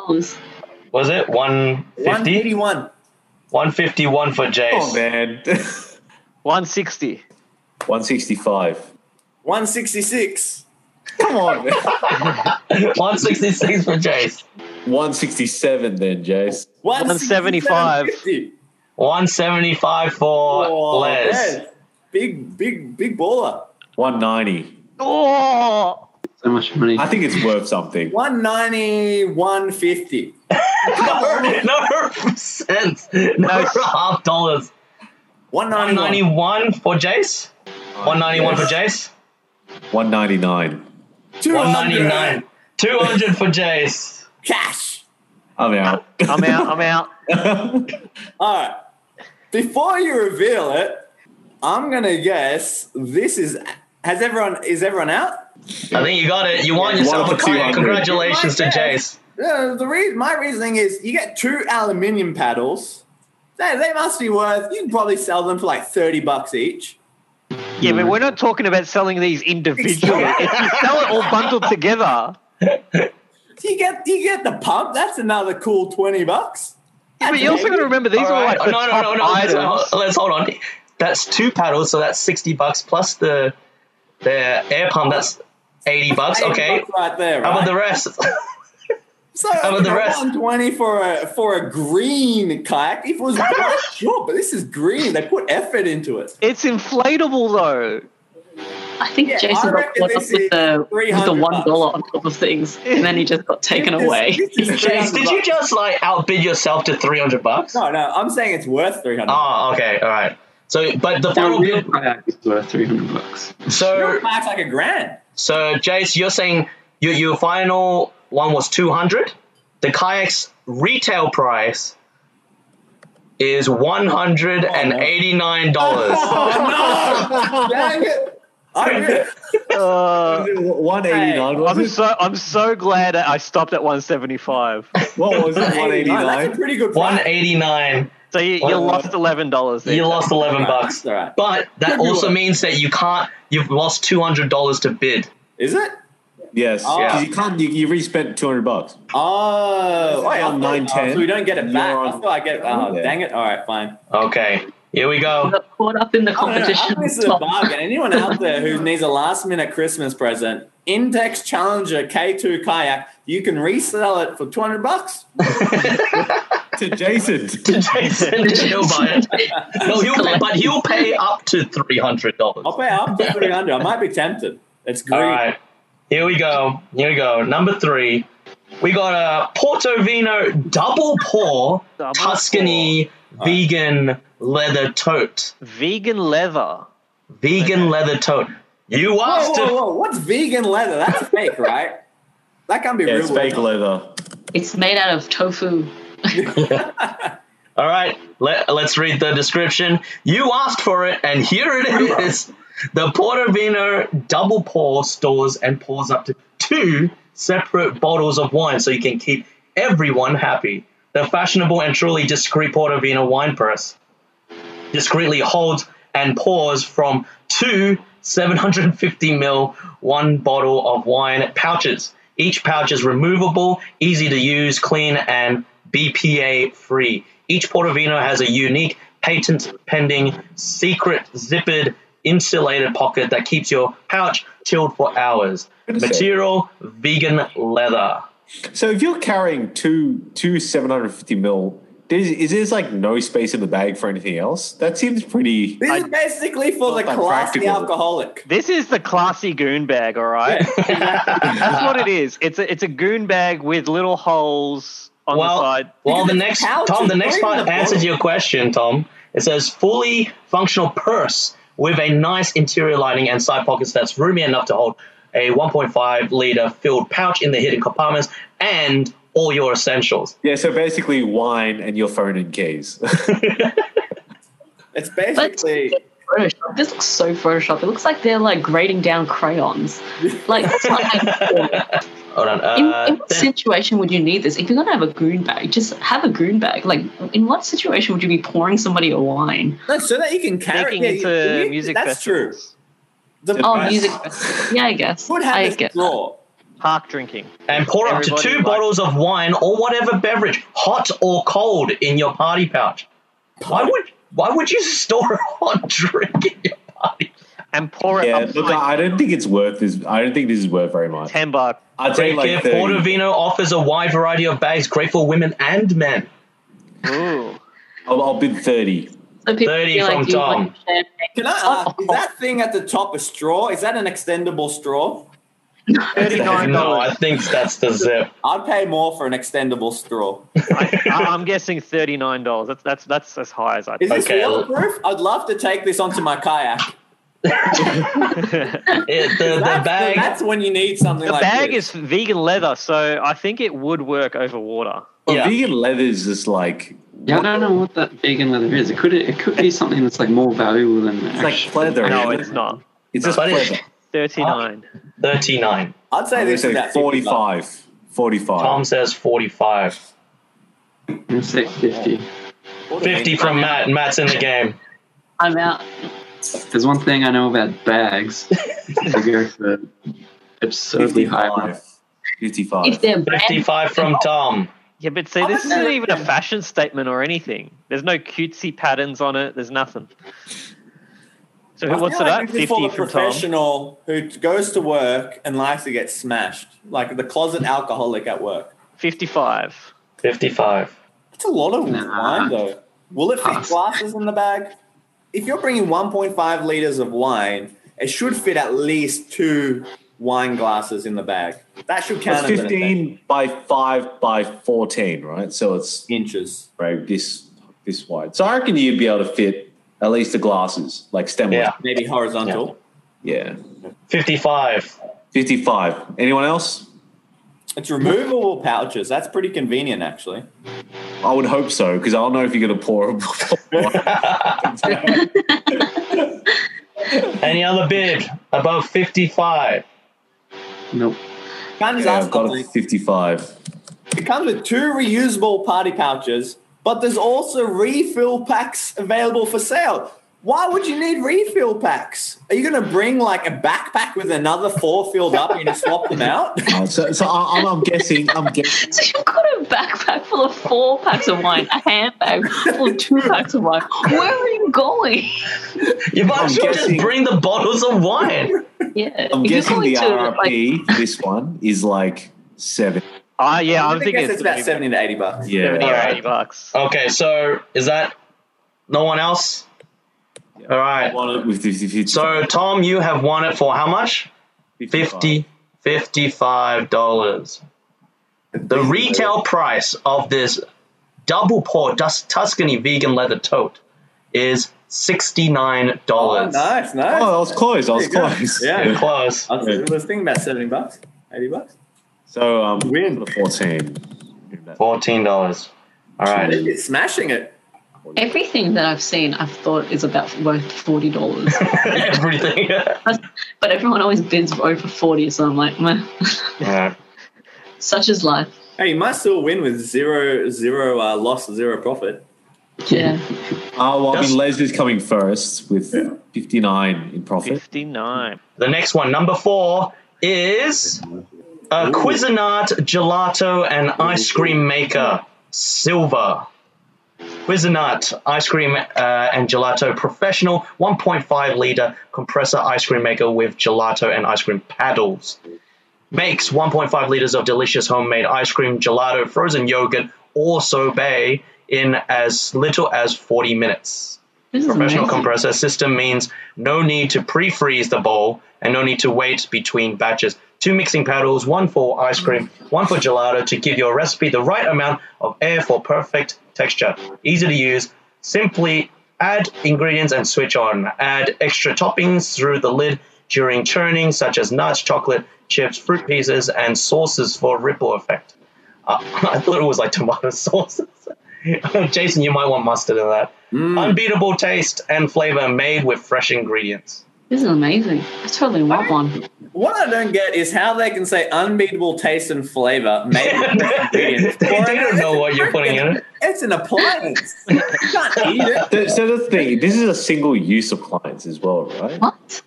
S2: Was it 150?
S8: 181.
S2: 151 for Jace.
S1: Oh man,
S5: One sixty.
S1: one sixty five.
S8: 166.
S1: Come on, man.
S2: 166 for Jace.
S1: one sixty seven then, Jace.
S5: 175.
S8: 167.
S2: 175 for
S8: Oh,
S2: Les.
S8: Les. Big, big, big baller.
S1: One ninety.
S5: Oh,
S7: So much money.
S1: I think it's worth something.
S8: 190, 150.
S2: No, no cents. No, half dollars.
S8: 191.
S2: 191 for Jace. 191 for Jace.
S1: One ninety nine.
S2: 199. 200 for Jace.
S8: Cash.
S1: I'm out.
S5: I'm out. I'm out.
S8: All right. Before you reveal it, I'm going to guess this is. Has everyone. Is everyone out?
S2: I think you got it. You want yourself
S1: One
S2: a
S1: for
S2: kayak.
S1: 200.
S2: Congratulations to
S8: Right there.
S2: Jace.
S3: Uh, the reason, my reasoning is, you get two aluminium paddles. They, they must be worth. You can probably sell them for like thirty bucks each.
S5: Yeah, but we're not talking about selling these individually. if you sell it all bundled together,
S3: You get you get the pump. That's another cool twenty bucks.
S5: but you also got to remember these
S2: All
S5: are
S2: right. Oh,
S5: like the
S2: no, no,
S5: top
S2: no, no, let's-
S5: items.
S2: Let's, hold on. That's two paddles, so that's sixty bucks plus the the air pump. That's eighty bucks.
S3: 80
S2: Okay.
S3: bucks right there.
S2: How
S3: Right?
S2: about the rest?
S3: so
S2: about the rest?
S3: one twenty for a for a green kayak. If it was black, sure, but this is green. They put effort into it.
S5: It's inflatable though.
S4: I think
S3: Yeah, I
S4: Jason got
S3: reckon
S4: caught up
S3: this is
S4: with the with the
S3: $300
S4: one dollar on top of things, and then he just got taken away.
S3: This, this is
S2: James, did you
S3: 300
S2: just like outbid yourself to three hundred bucks?
S3: No, no. I'm saying it's worth three hundred.
S2: Oh, okay, all right. So, but the
S7: Now,
S2: final
S7: real
S2: bid.
S7: kayak is worth 300 bucks.
S2: So,
S3: Kaya's like a grand.
S2: so Jace, you're saying your your final one was two hundred. The kayak's retail price is one hundred and eighty nine dollars.
S3: Oh no! Dang it! I really-
S5: Uh,
S1: One eighty nine.
S5: I'm
S1: Was it?
S5: so I'm so glad I stopped at 175.
S1: What was it? One eighty
S3: That's a
S1: nine.
S3: pretty good
S2: One
S3: price.
S2: eighty nine.
S5: So you, you
S2: Well,
S5: lost eleven dollars.
S2: You lost eleven bucks.
S3: All right.
S2: But that
S3: Good
S2: also
S3: work.
S2: means that you can't. You've lost two hundred dollars to bid.
S3: Is it?
S1: Yes,
S3: Oh.
S1: 'cause you can't. You, you respent two hundred bucks.
S3: Oh,
S1: This is
S3: wait, I
S1: on
S3: thought-
S1: 910.
S3: oh, So we don't get it back.
S1: You're
S3: I
S1: on-
S3: thought I get. Oh,
S1: Yeah.
S3: dang it! All right, fine.
S2: Okay, here we
S4: He
S2: go.
S4: got caught up in the
S3: I don't know, I
S4: competition.
S3: think this is a bargain. Anyone out there who needs a last minute Christmas present, Intex Challenger K2 kayak, you can resell it for two hundred bucks.
S1: To Jason.
S2: Jason, he'll buy it. No, he'll pay, but he'll pay up to three hundred dollars.
S3: I'll pay up to three hundred. I might be tempted. It's green.
S2: All right, here we go. Here we go. Number three, we got a Portovino double pour
S5: Double
S2: Tuscany vegan leather tote.
S5: Vegan leather.
S2: Vegan leather tote. You
S3: Whoa,
S2: asked
S3: whoa,
S2: it.
S3: whoa! What's vegan leather? That's fake, right? That can't be
S1: Yeah,
S3: real.
S1: it's fake leather.
S4: It's made out of tofu.
S2: All right, let, us read the description. You asked for it, and here it is. The Portovino double pour stores and pours up to two separate bottles of wine so you can keep everyone happy. The fashionable and truly discreet Portovino wine press discreetly holds and pours from two 750ml one bottle of wine pouches. Each pouch is removable, easy to use, clean, and BPA free. Each Portovino has a unique patent pending secret zippered insulated pocket that keeps your pouch chilled for hours.
S1: to see.
S2: Material vegan leather.
S1: So if you're carrying two two seven hundred fifty mil, there's, is there like no space in the bag for anything else? That seems pretty.
S3: This is basically for the
S1: Not that
S3: classy
S1: practical.
S3: alcoholic.
S5: This is the classy goon bag, all right. That's what it is. It's a it's a goon bag with little holes on
S2: well,
S5: the side.
S2: Well,
S3: Because
S2: the
S3: it's
S2: next
S3: pouches,
S2: Tom, the next
S3: not even
S2: part
S3: the
S2: answers
S3: bottle.
S2: your question, Tom. It says fully functional purse with a nice interior lining and side pockets that's roomy enough to hold a 1.5 liter filled pouch in the hidden compartments and all your essentials.
S1: Yeah, so basically wine and your phone and keys.
S3: It's
S4: But
S3: basically.
S4: Photoshop. This looks so Photoshop. It looks like they're like grading down crayons. Like that's not how.
S2: Hold on.
S4: In,
S2: Uh,
S4: in what
S2: then-
S4: situation would you need this? If you're gonna have a goon bag, just have a goon bag. Like, in what situation would you be pouring somebody a wine?
S3: No, so that you can carry
S5: Taking
S3: yeah,
S5: into
S3: you- you-
S5: music
S3: That's
S5: festivals.
S3: true. The
S4: Oh,
S3: best
S4: music. festival. Yeah, I guess.
S3: Would have
S4: I
S3: this
S4: get.
S3: draw.
S5: Park drinking.
S2: and pour up to
S5: Everybody
S2: two
S5: likes-
S2: bottles of wine or whatever beverage, hot or cold, in your party pouch. Why would why would you store a hot drink in your party?
S5: And pour it
S1: yeah,
S5: up
S1: look, I I don't think it's worth this. I don't think this is worth very much.
S5: ten bucks.
S1: I'd
S2: Take
S1: take
S2: care.
S1: like thirty.
S2: Portovino offers a wide variety of bags, great for women and men.
S5: Ooh.
S1: I'll, I'll bid thirty.
S4: So people
S2: 30
S4: feel
S2: from
S4: like you want
S2: Tom.
S4: champagne.
S3: Can I
S4: Oh.
S3: ask, is that thing at the top a straw? Is that an extendable straw?
S5: Thirty nine
S2: No, I
S5: dollars.
S2: think that's the zip.
S3: I'd pay more for an extendable straw.
S5: I'm guessing thirty nine dollars. That's that's that's as high as I
S3: Is this
S2: Okay.
S3: waterproof? I'd love to take this onto my kayak.
S2: It, the, the
S3: That's,
S2: bag,
S3: that's when you need something
S5: The
S3: like
S5: bag
S3: this.
S5: is vegan leather, so I think it would work over water.
S1: But
S2: Yeah.
S1: vegan leather is just like
S7: Yeah, I don't know what that vegan leather is. It could it could be something that's like more valuable than the
S1: it's like
S7: actual-
S1: pleather.
S5: No,
S1: isn't
S5: it's
S1: it?
S5: not.
S1: It's just
S2: But it's-
S1: pleather.
S5: Thirty nine.
S2: thirty nine.
S3: I'd say
S1: I'm
S3: this is
S1: say
S3: about
S1: 45. 45.
S2: Tom says 45.
S7: I'm gonna say 50.
S2: 50 from Matt. Matt's in the game.
S4: I'm out.
S7: There's one thing I know about bags. they go for absurdly high. ones.
S1: 55. 55.
S4: If they're brand
S2: 55 from Tom.
S5: Yeah, but see,
S8: I
S5: this
S8: would
S5: isn't
S8: say-
S5: even a fashion statement or anything. There's no cutesy patterns on it. There's nothing. So who-
S3: I
S5: what's
S3: feel
S5: it
S3: like
S5: at?
S3: this is for
S5: Fifty
S3: the
S5: from Tom.
S3: professional who goes to work and likes to get smashed, like the closet alcoholic at work.
S5: Fifty-five.
S2: 55.
S3: That's a lot of
S7: Nah.
S3: wine, though. Will it fit
S7: Pass.
S3: glasses in the bag? If you're bringing 1.5 liters of wine, it should fit at least two wine glasses in the bag. That should count
S1: That's
S3: as an event.
S1: 15 by 5 by 14, right? So it's
S3: inches.
S1: right, this this wide. So I reckon you'd be able to fit at least the glasses, like stemless.
S2: Yeah.
S3: Maybe horizontal.
S1: Yeah.
S2: 55.
S1: 55. Anyone else?
S3: It's removable pouches. That's pretty convenient, actually.
S1: I would hope so, because I'll know if you're going to pour a
S2: Any other bid above 55?
S7: Nope.
S3: Can I just
S1: yeah,
S3: ask
S1: I've got a
S3: something?
S1: 55.
S3: It comes with two reusable party pouches, but there's also refill packs available for sale. Why would you need refill packs? Are you going to bring like a backpack with another four filled up and you swap them out?
S1: Uh, so so I, I'm, I'm guessing. I'm guessing.
S4: So you've got a backpack full of four packs of wine, a handbag full of two packs of wine. Where are you going?
S2: You might as well just
S1: guessing-
S2: bring the bottles of wine.
S4: Yeah,
S1: I'm
S4: if you're
S1: guessing the
S4: going to, like,
S1: RRP for this one is like seven.
S5: Ah, yeah, I'm thinking
S3: guess it's about 70 to 80 bucks.
S5: seventy
S1: Yeah. Uh,
S5: or
S2: Alright.
S5: eighty bucks.
S2: Okay, so is that no one else? All right.
S1: Won it with 50, 50,
S2: So, Tom, you have won it for how much? 50 $55. The retail price of this double pour Tus- Tuscany vegan leather tote is $69.
S3: Oh, Uh, nice, nice.
S1: Oh, I was close. I was
S3: Pretty good.
S1: close.
S3: Yeah.
S2: Close.
S3: I was, I was thinking about 70 bucks, 80 bucks.
S1: So um,
S3: Win.
S1: for the 14.
S2: $14. All right.
S3: It's smashing it.
S4: everything that I've seen, I've thought is about worth forty dollars,
S2: Everything.
S4: but everyone always bids for over forty. So I'm like, meh.
S2: Yeah.
S4: such is life.
S3: Hey, you might still win with zero, zero uh, loss, zero profit.
S4: Yeah,
S1: Oh, well, I
S2: That's-
S1: mean, Leslie's coming first with 59 in profit.
S5: Fifty-nine.
S2: The next one, number four, is a Cuisinart gelato and ice cream maker, silver. Cuisinart ice cream uh, and gelato professional, 1.5 liter compressor ice cream maker with gelato and ice cream paddles. Makes 1.5 liters of delicious homemade ice cream, gelato, frozen yogurt, or sorbet in as little as 40 minutes.
S4: this is
S2: Professional
S4: amazing.
S2: compressor system means no need to pre-freeze the bowl and no need to wait between batches. Two mixing paddles, one for ice cream, one for gelato to give your recipe the right amount of air for perfect texture. Easy to use. Simply add ingredients and switch on. Add extra toppings through the lid during churning, such as nuts, chocolate, chips, fruit pieces, and sauces for ripple effect. Uh, I thought it was like tomato sauces. Jason, you might want mustard in that.
S1: Mm.
S2: Unbeatable taste and flavor made with fresh ingredients.
S4: This is amazing. I totally want one.
S3: What I don't get is how they can say unbeatable taste and flavor made with different ingredients.
S2: They
S3: Or
S2: don't
S3: it's
S2: know
S3: a
S2: what you're putting in it.
S3: freaking- It's an appliance. you can't eat it.
S1: So, so that's the thing. This is a single use appliance as well, right?
S4: What?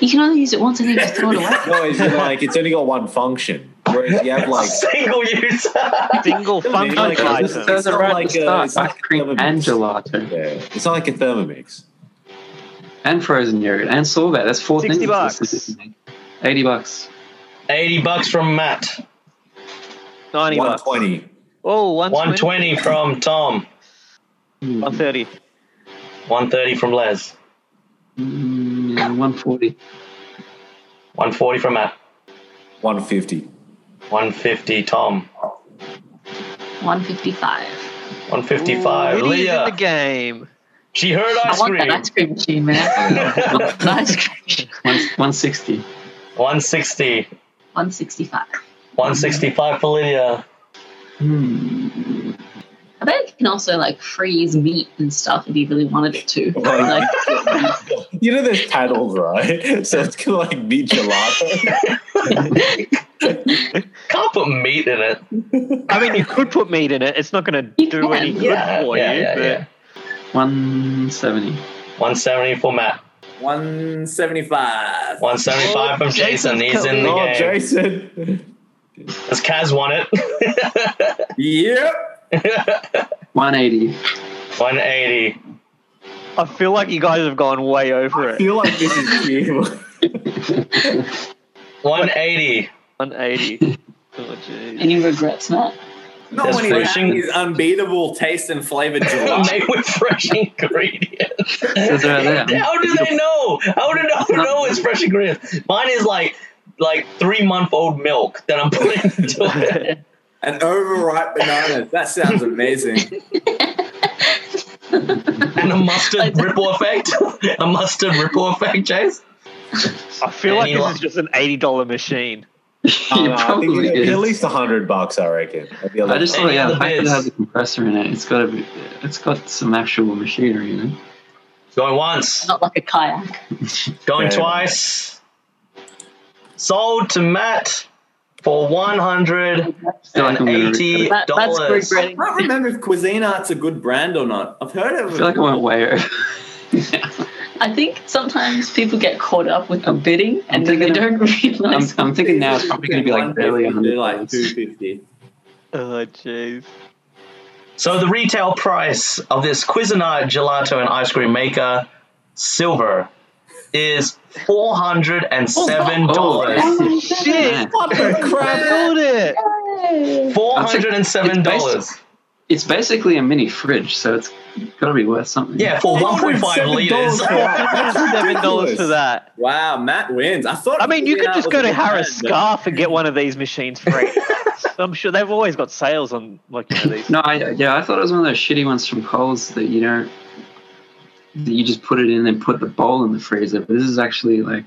S4: You can only use it once, and then you have to throw it away.
S1: No, it's like it's only got one function. Whereas you have like.
S2: Single use.
S5: Single fun
S1: like,
S5: item.
S1: it's
S7: So it's
S1: not
S7: a
S1: like
S7: like
S1: a-
S7: start,
S1: it's not
S7: ice cream
S1: like a-
S7: and gelato
S1: Yeah, it's not like a Thermomix.
S7: and frozen yogurt and sorbet. That's four
S5: 60
S7: things.
S5: bucks.
S7: This is- Eighty bucks.
S2: 80 bucks from Matt.
S5: Ninety bucks.
S1: 120.
S5: Oh, 120.
S2: 120 from Tom.
S5: 130.
S2: 130 from Les.
S7: Mm, yeah, one forty.
S2: 140 from Matt.
S1: 150.
S2: 150 Tom.
S4: One fifty-five.
S2: 155
S5: Lydia's in the
S2: Leah.
S5: game.
S2: She heard
S4: I
S2: ice
S4: want that
S2: cream.
S4: ice cream machine, man. That ice cream.
S7: One one sixty.
S2: 160.
S4: One sixty-five.
S2: 165 for Lydia.
S4: I bet it can also like freeze meat and stuff if you really wanted it to. Like,
S1: You know, there's paddles, right? So it's kind of like meat gelato.
S2: Can't put meat in it.
S5: I mean, you could put meat in it. It's not going to
S4: You
S5: do
S4: can,
S5: any good
S2: Yeah,
S5: for
S2: yeah,
S5: you.
S2: yeah,
S5: but
S2: yeah.
S7: 170.
S2: 170 for Matt.
S3: 175.
S2: 175
S4: Oh,
S2: from Jason. He's in the
S1: Oh,
S2: game.
S1: Jason.
S2: Does Kaz won it?
S3: Yep.
S7: 180.
S2: 180.
S5: I feel like you guys have gone way over
S1: I
S5: it.
S1: feel like this is you.
S2: 180.
S5: 180. Oh, jeez.
S4: Any regrets, Matt?
S3: Not
S2: That's
S3: when he's
S2: fishing.
S3: had his unbeatable taste and flavor July.
S2: Made with fresh ingredients.
S7: Says right there.
S2: How do they know? How do they know it's fresh ingredients? Mine is like like three month old milk that I'm putting into it.
S3: and overripe bananas. That sounds amazing.
S2: And a mustard ripple effect. a mustard ripple effect, Chase.
S5: I feel like
S2: Anyone.
S5: this is just an $80 machine.
S1: Oh,
S7: it
S1: no, I think
S7: probably
S1: it'd be
S7: is.
S1: at least a hundred bucks, I reckon. That'd be a
S7: I
S1: lot.
S7: just saw
S2: Any
S7: yeah,
S2: other
S7: the fact that it
S2: bids?
S7: has a compressor in it, it's got a, it's got some actual machinery in it.
S2: Going once.
S4: Not like a kayak.
S2: Going
S1: Yeah.
S2: twice. Sold to Matt for one hundred
S7: Feel like I'm
S2: and
S7: gonna
S2: eighty
S7: regret
S4: That, that's
S2: dollars.
S3: I
S4: regretting.
S3: can't remember if Cuisine Art's a good brand or not. I've heard
S7: it.
S3: of
S7: I feel like I went way over.
S4: I think sometimes people get caught up with the bidding and
S7: I'm
S4: then they
S7: thinking
S4: don't
S7: I'm,
S4: realize.
S7: I'm thinking now it's probably going to be like barely 100.
S3: like
S7: bucks.
S3: 250.
S5: Oh, jeez.
S2: So the retail price of this Cuisinart gelato and ice cream maker silver is four hundred and seven dollars.
S7: Oh,
S5: Shit!
S7: man.
S5: What the crap? Build it!
S2: Four hundred and seven dollars.
S7: It's basically a mini fridge, so it's got to be worth something.
S2: Yeah, for one point five liters.
S5: $7 for that.
S3: Wow, Matt wins. I thought.
S5: I mean, you could
S3: Cuisinart
S5: just
S3: was a
S5: go to
S3: good
S5: Harris
S3: brand, but-
S5: Scarf and get one of these machines free. I'm sure they've always got sales on like you know, these.
S7: No, I, yeah, I thought it was one of those shitty ones from Coles that you know that you just put it in and put the bowl in the freezer. But this is actually like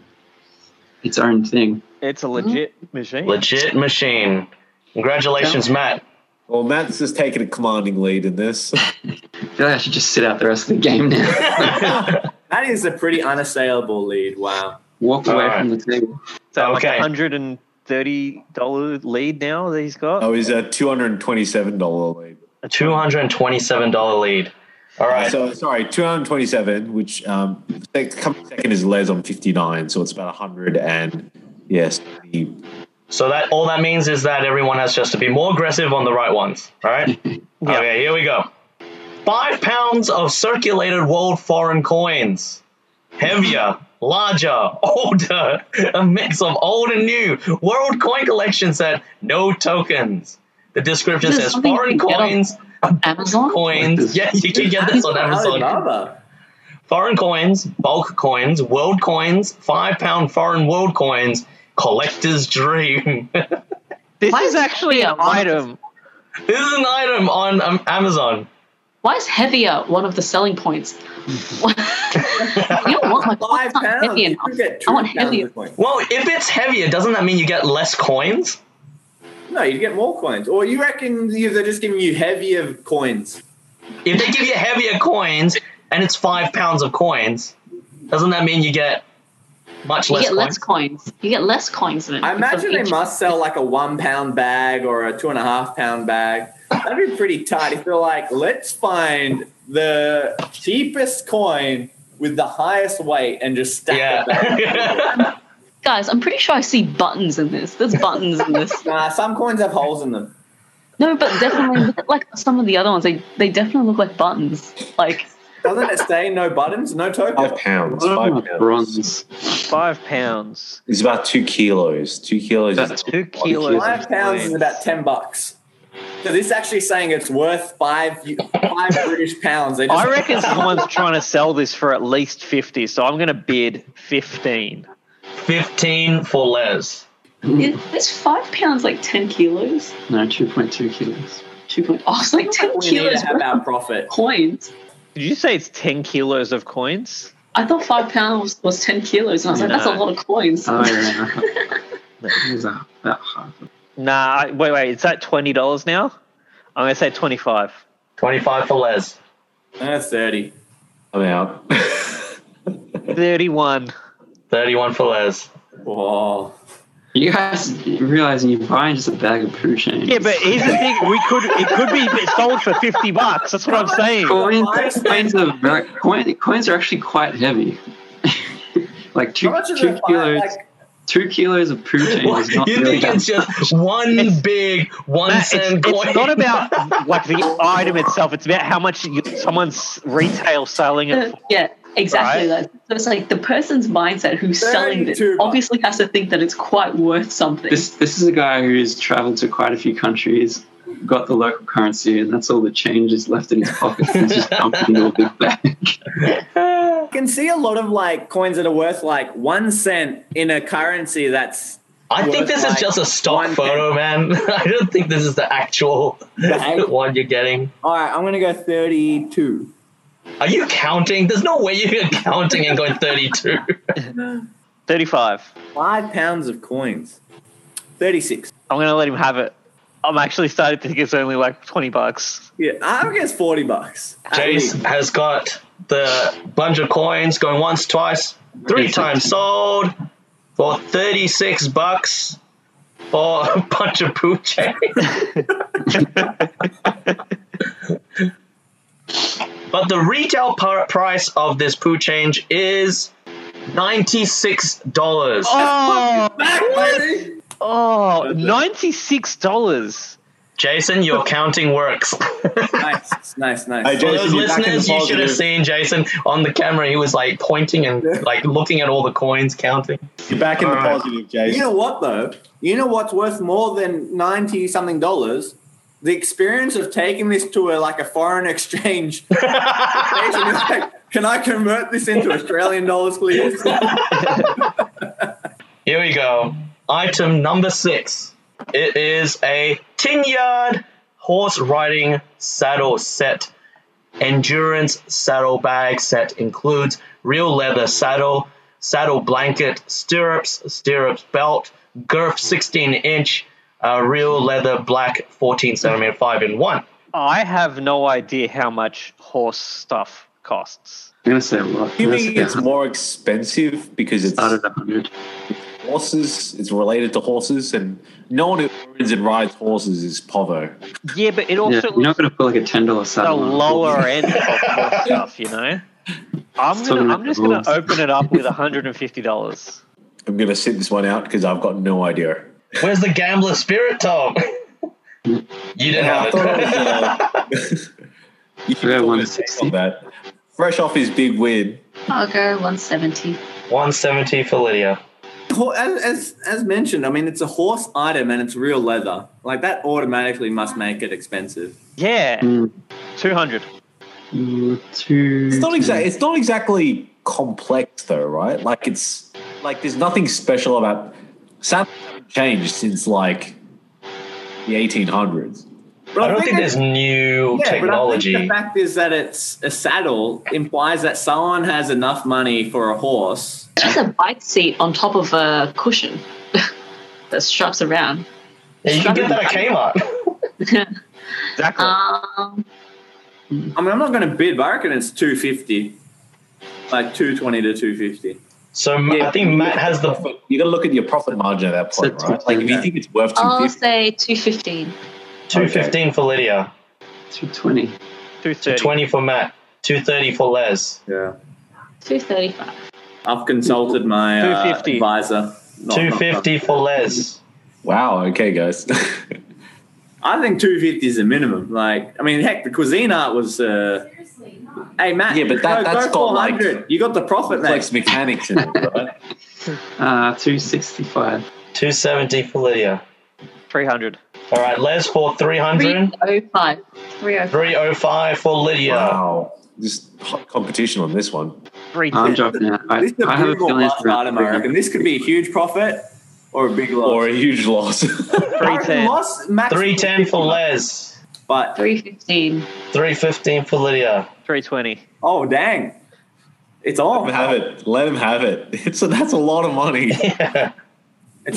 S7: its own thing.
S5: It's a legit machine.
S2: Legit machine. Congratulations, Matt.
S1: Well, Matt's just taking a commanding lead in this.
S7: I feel like I should just sit out the rest of the game now.
S3: That is a pretty unassailable lead. Wow.
S7: Walk away
S2: Alright.
S7: from the table.
S5: So
S2: Okay.
S5: like a hundred and thirty dollar lead now that he's got.
S1: Oh, he's at two hundred and twenty-seven dollar lead.
S2: A two hundred and twenty-seven dollar lead. All right.
S1: So sorry, two hundred twenty-seven, which um, sec- coming second is Les on fifty-nine, so it's about hundred and yes, the-
S2: So that all that means is that everyone has just to be more aggressive on the right ones. All right. Okay. Here we go. Five pounds of circulated world foreign coins, heavier, larger, older, a mix of old and new. World coin collection set, no tokens. The description
S4: Is this
S2: says
S4: something
S2: foreign
S4: you can get on
S2: coins,
S4: Amazon?
S2: coins. Yeah, you can get this on Amazon.
S3: Alibaba.
S2: Foreign coins, bulk coins, world coins, five pound foreign world coins, collector's dream.
S5: This
S4: Why
S5: is
S4: is it
S5: actually an
S4: here? Why is it-
S5: item.
S2: This is an item on um, Amazon.
S4: Why is heavier one of the selling points? you don't want my
S3: Five
S4: coins not
S3: pounds.
S4: heavy
S3: You
S4: enough.
S3: could get
S4: I
S3: two
S4: want
S3: pounds
S4: heavier.
S3: of coins.
S2: Well, if it's heavier, doesn't that mean you get less coins?
S3: No, you'd get more coins. Or you reckon you- they're just giving you heavier coins?
S2: If they give you heavier coins and it's five pounds of coins, doesn't that mean you get much
S4: You
S2: less
S4: get
S2: coins?
S4: less coins. You get less coins than
S3: I imagine they must sell like a one pound bag or a two and a half pound bag. That'd be pretty tight if they're like, let's find the cheapest coin with the highest weight and just stack it back.
S2: yeah.
S4: Guys, I'm pretty sure I see buttons in this. There's buttons in this.
S3: nah, some coins have holes in them.
S4: No, but definitely look at like some of the other ones. They they definitely look like buttons. Like
S3: Doesn't it say no buttons, no
S1: five
S3: token?
S1: pounds.
S7: What
S1: Five
S7: am I,
S1: pounds.
S7: Oh, bronze.
S5: Five pounds.
S1: It's about two kilos. Two kilos.
S7: That's
S1: Is,
S5: Two kilos. of
S3: Five pounds is
S5: coins.
S3: about ten bucks. So this is actually saying it's worth five five British pounds. They just-
S5: I reckon someone's trying to sell this for at least fifty, so I'm going to bid fifteen.
S2: 15 for Les.
S4: is, is five pounds like ten kilos?
S7: No, 2.2 kilos.
S4: Two point oh, it's like ten
S3: we need to
S4: kilos
S3: have
S4: worth
S3: our
S4: of
S3: profit.
S4: coins.
S5: Did you say it's ten kilos of coins?
S4: I thought five pounds was ten kilos, and I was like, that's a
S5: No.
S4: lot of coins.
S7: Oh, yeah. it was a- about half.
S5: Nah. I- Wait, wait. It's at twenty dollars now. I'm going to say twenty-five.
S2: 25 for Les.
S3: Uh, Thirty.
S1: I'm out.
S5: Thirty-one.
S2: 31 for Les.
S3: Whoa.
S7: You guys realizing you're buying just a bag of poo shame.
S5: Yeah, but here's the thing: we could it could be sold for fifty bucks. That's what I'm saying.
S7: coins, coins, are very, coin, coins are actually quite heavy. like two,
S3: How much is
S7: two
S3: it?
S7: kilos,
S3: Like,
S7: two kilos of poo shame
S2: What?
S7: is not
S2: you
S7: really
S2: think it's just one big one
S5: Matt, it's,
S2: cent coin?
S5: it's not about like the item itself. It's about how much you, someone's retail selling it. For.
S4: yeah, exactly. That. So it's like the person's mindset who's selling this
S3: 32 bucks.
S4: obviously has to think that it's quite worth something.
S7: This this is a guy who's traveled to quite a few countries, got the local currency, and that's all the change is left in his pocket. and He's just dumped into a big bag.
S3: I can see a lot of like coins that are worth like one cent in a currency that's
S2: I think this is
S3: Like
S2: just a stock
S3: one-
S2: photo, man. I don't think this is the actual
S3: Bag?
S2: one you're getting.
S3: all right. I'm gonna go thirty-two.
S2: Are you counting? There's no way you're counting and going 32.
S5: Thirty-five.
S3: Five pounds of coins. Thirty-six.
S5: I'm gonna let him have it. I'm actually starting to think it's only like twenty bucks.
S3: Yeah, I guess forty bucks. at least.
S2: Jace has got the bunch of coins going once, twice, three times sold for 36 bucks or a bunch of poo chain. but the retail par- price of this poo change is $96.
S5: Oh,
S3: Back, baby.
S5: oh, ninety-six dollars.
S2: Jason, your counting works.
S3: nice, nice, nice.
S1: Hey,
S2: For
S1: Jason,
S2: those
S1: you're back in the
S2: listeners, you should have
S1: positive.
S2: seen Jason on the camera. He was like pointing and like looking at all the coins, counting.
S1: You're back in the
S2: Alright.
S1: positive,
S3: You
S1: Jason.
S3: know what though? You know what's worth more than ninety something dollars? The experience of taking this to a like a foreign exchange station. It's like, Can I convert this into Australian dollars, please?
S2: Here we go. Item number six. It is a tin yard horse riding saddle set. Endurance saddle bag set includes real leather saddle, saddle blanket, stirrups, stirrups belt, girth 16 inch, uh, real leather black 14 centimeter 5 in 1.
S5: I have no idea how much horse stuff costs.
S7: I'm gonna say a lot.
S1: You
S7: I'm gonna
S1: mean
S7: say
S1: it's more expensive because it's
S7: started at hundred.
S1: horses? It's related to horses, and no one who owns and rides horses is povo.
S5: Yeah, but it
S7: Yeah,
S5: also
S7: you're not gonna put like a ten dollar
S5: the
S7: saddle. on.
S5: lower end of horse stuff, you know. I'm
S7: talking
S5: gonna,
S7: about
S5: I'm just
S7: the
S5: gonna
S7: rules.
S5: open it up with hundred and fifty dollars.
S1: I'm going to sit this one out because I've got no idea.
S2: Where's the gambler spirit, Tom? you didn't
S1: Yeah, I
S2: have
S1: thought it was,
S2: it.
S1: uh, you
S7: Yeah,
S1: thought it was
S7: 160.
S1: on that. Fresh off his big win,
S4: I'll go 170.
S2: 170 for Lydia.
S3: Ho- As, as as mentioned, I mean it's a horse item and it's real leather. Like that automatically must make it expensive.
S5: Yeah,
S7: Mm,
S5: two hundred.
S7: mm, two.
S1: it's not exactly it's not exactly complex though, right? Like it's like there's nothing special about saddles haven't changed since like the 1800s.
S3: But
S2: I don't think
S3: it-
S2: there's new
S3: yeah, but I think
S2: technology.
S3: the fact is that it's a saddle implies that someone has enough money for a horse.
S4: It's just a bike seat on top of a cushion that straps around.
S2: Yeah, you can get that at Kmart.
S5: Exactly.
S4: Um,
S3: I mean, I'm not going to bid, but I reckon it's 250. Like 220 to 250.
S2: So Ma- I think Matt has the.
S1: You got to look at your profit margin at that point,
S7: It's a
S1: right? Like if you think it's worth
S4: I'll
S1: 250,
S4: say 215.
S2: 215 for Lydia,
S7: Two twenty.
S5: two thirty.
S2: 20 for Matt, 230 for Les,
S3: Yeah.
S4: 235.
S3: I've consulted my uh,
S5: 250.
S3: advisor. Not-
S2: 250 for Les.
S1: wow, okay guys.
S3: not- I think 250 is the minimum. Like, I mean, heck, the cuisine art was. Uh, hey, Matt.
S1: Yeah, but that-
S3: go,
S1: that's
S3: go
S1: got, like-
S3: 400. You got the profit, mate.
S1: Complex mechanics in it, right?
S7: Uh, two sixty five.
S2: 270 for Lydia.
S5: Three hundred.
S2: All right, Les for 300,
S4: 305. 305.
S2: 305 for Lydia.
S1: Wow. Just hot competition on this one.
S5: Three ten.
S7: I'm dropping out. I,
S3: This is a
S7: I have a
S3: beautiful
S7: feeling
S3: last
S7: it's around
S3: item, I reckon.
S7: 300.
S3: This could be a huge profit or a big loss.
S1: Or a huge loss.
S3: I reckon
S5: 310.
S3: loss, max
S2: 310 for Les,
S3: But
S4: 315.
S2: 315 for Lydia.
S5: Three twenty.
S3: oh dang, it's all.
S1: Let him have it. Let him have it. It's a, that's a lot of money.
S3: It's a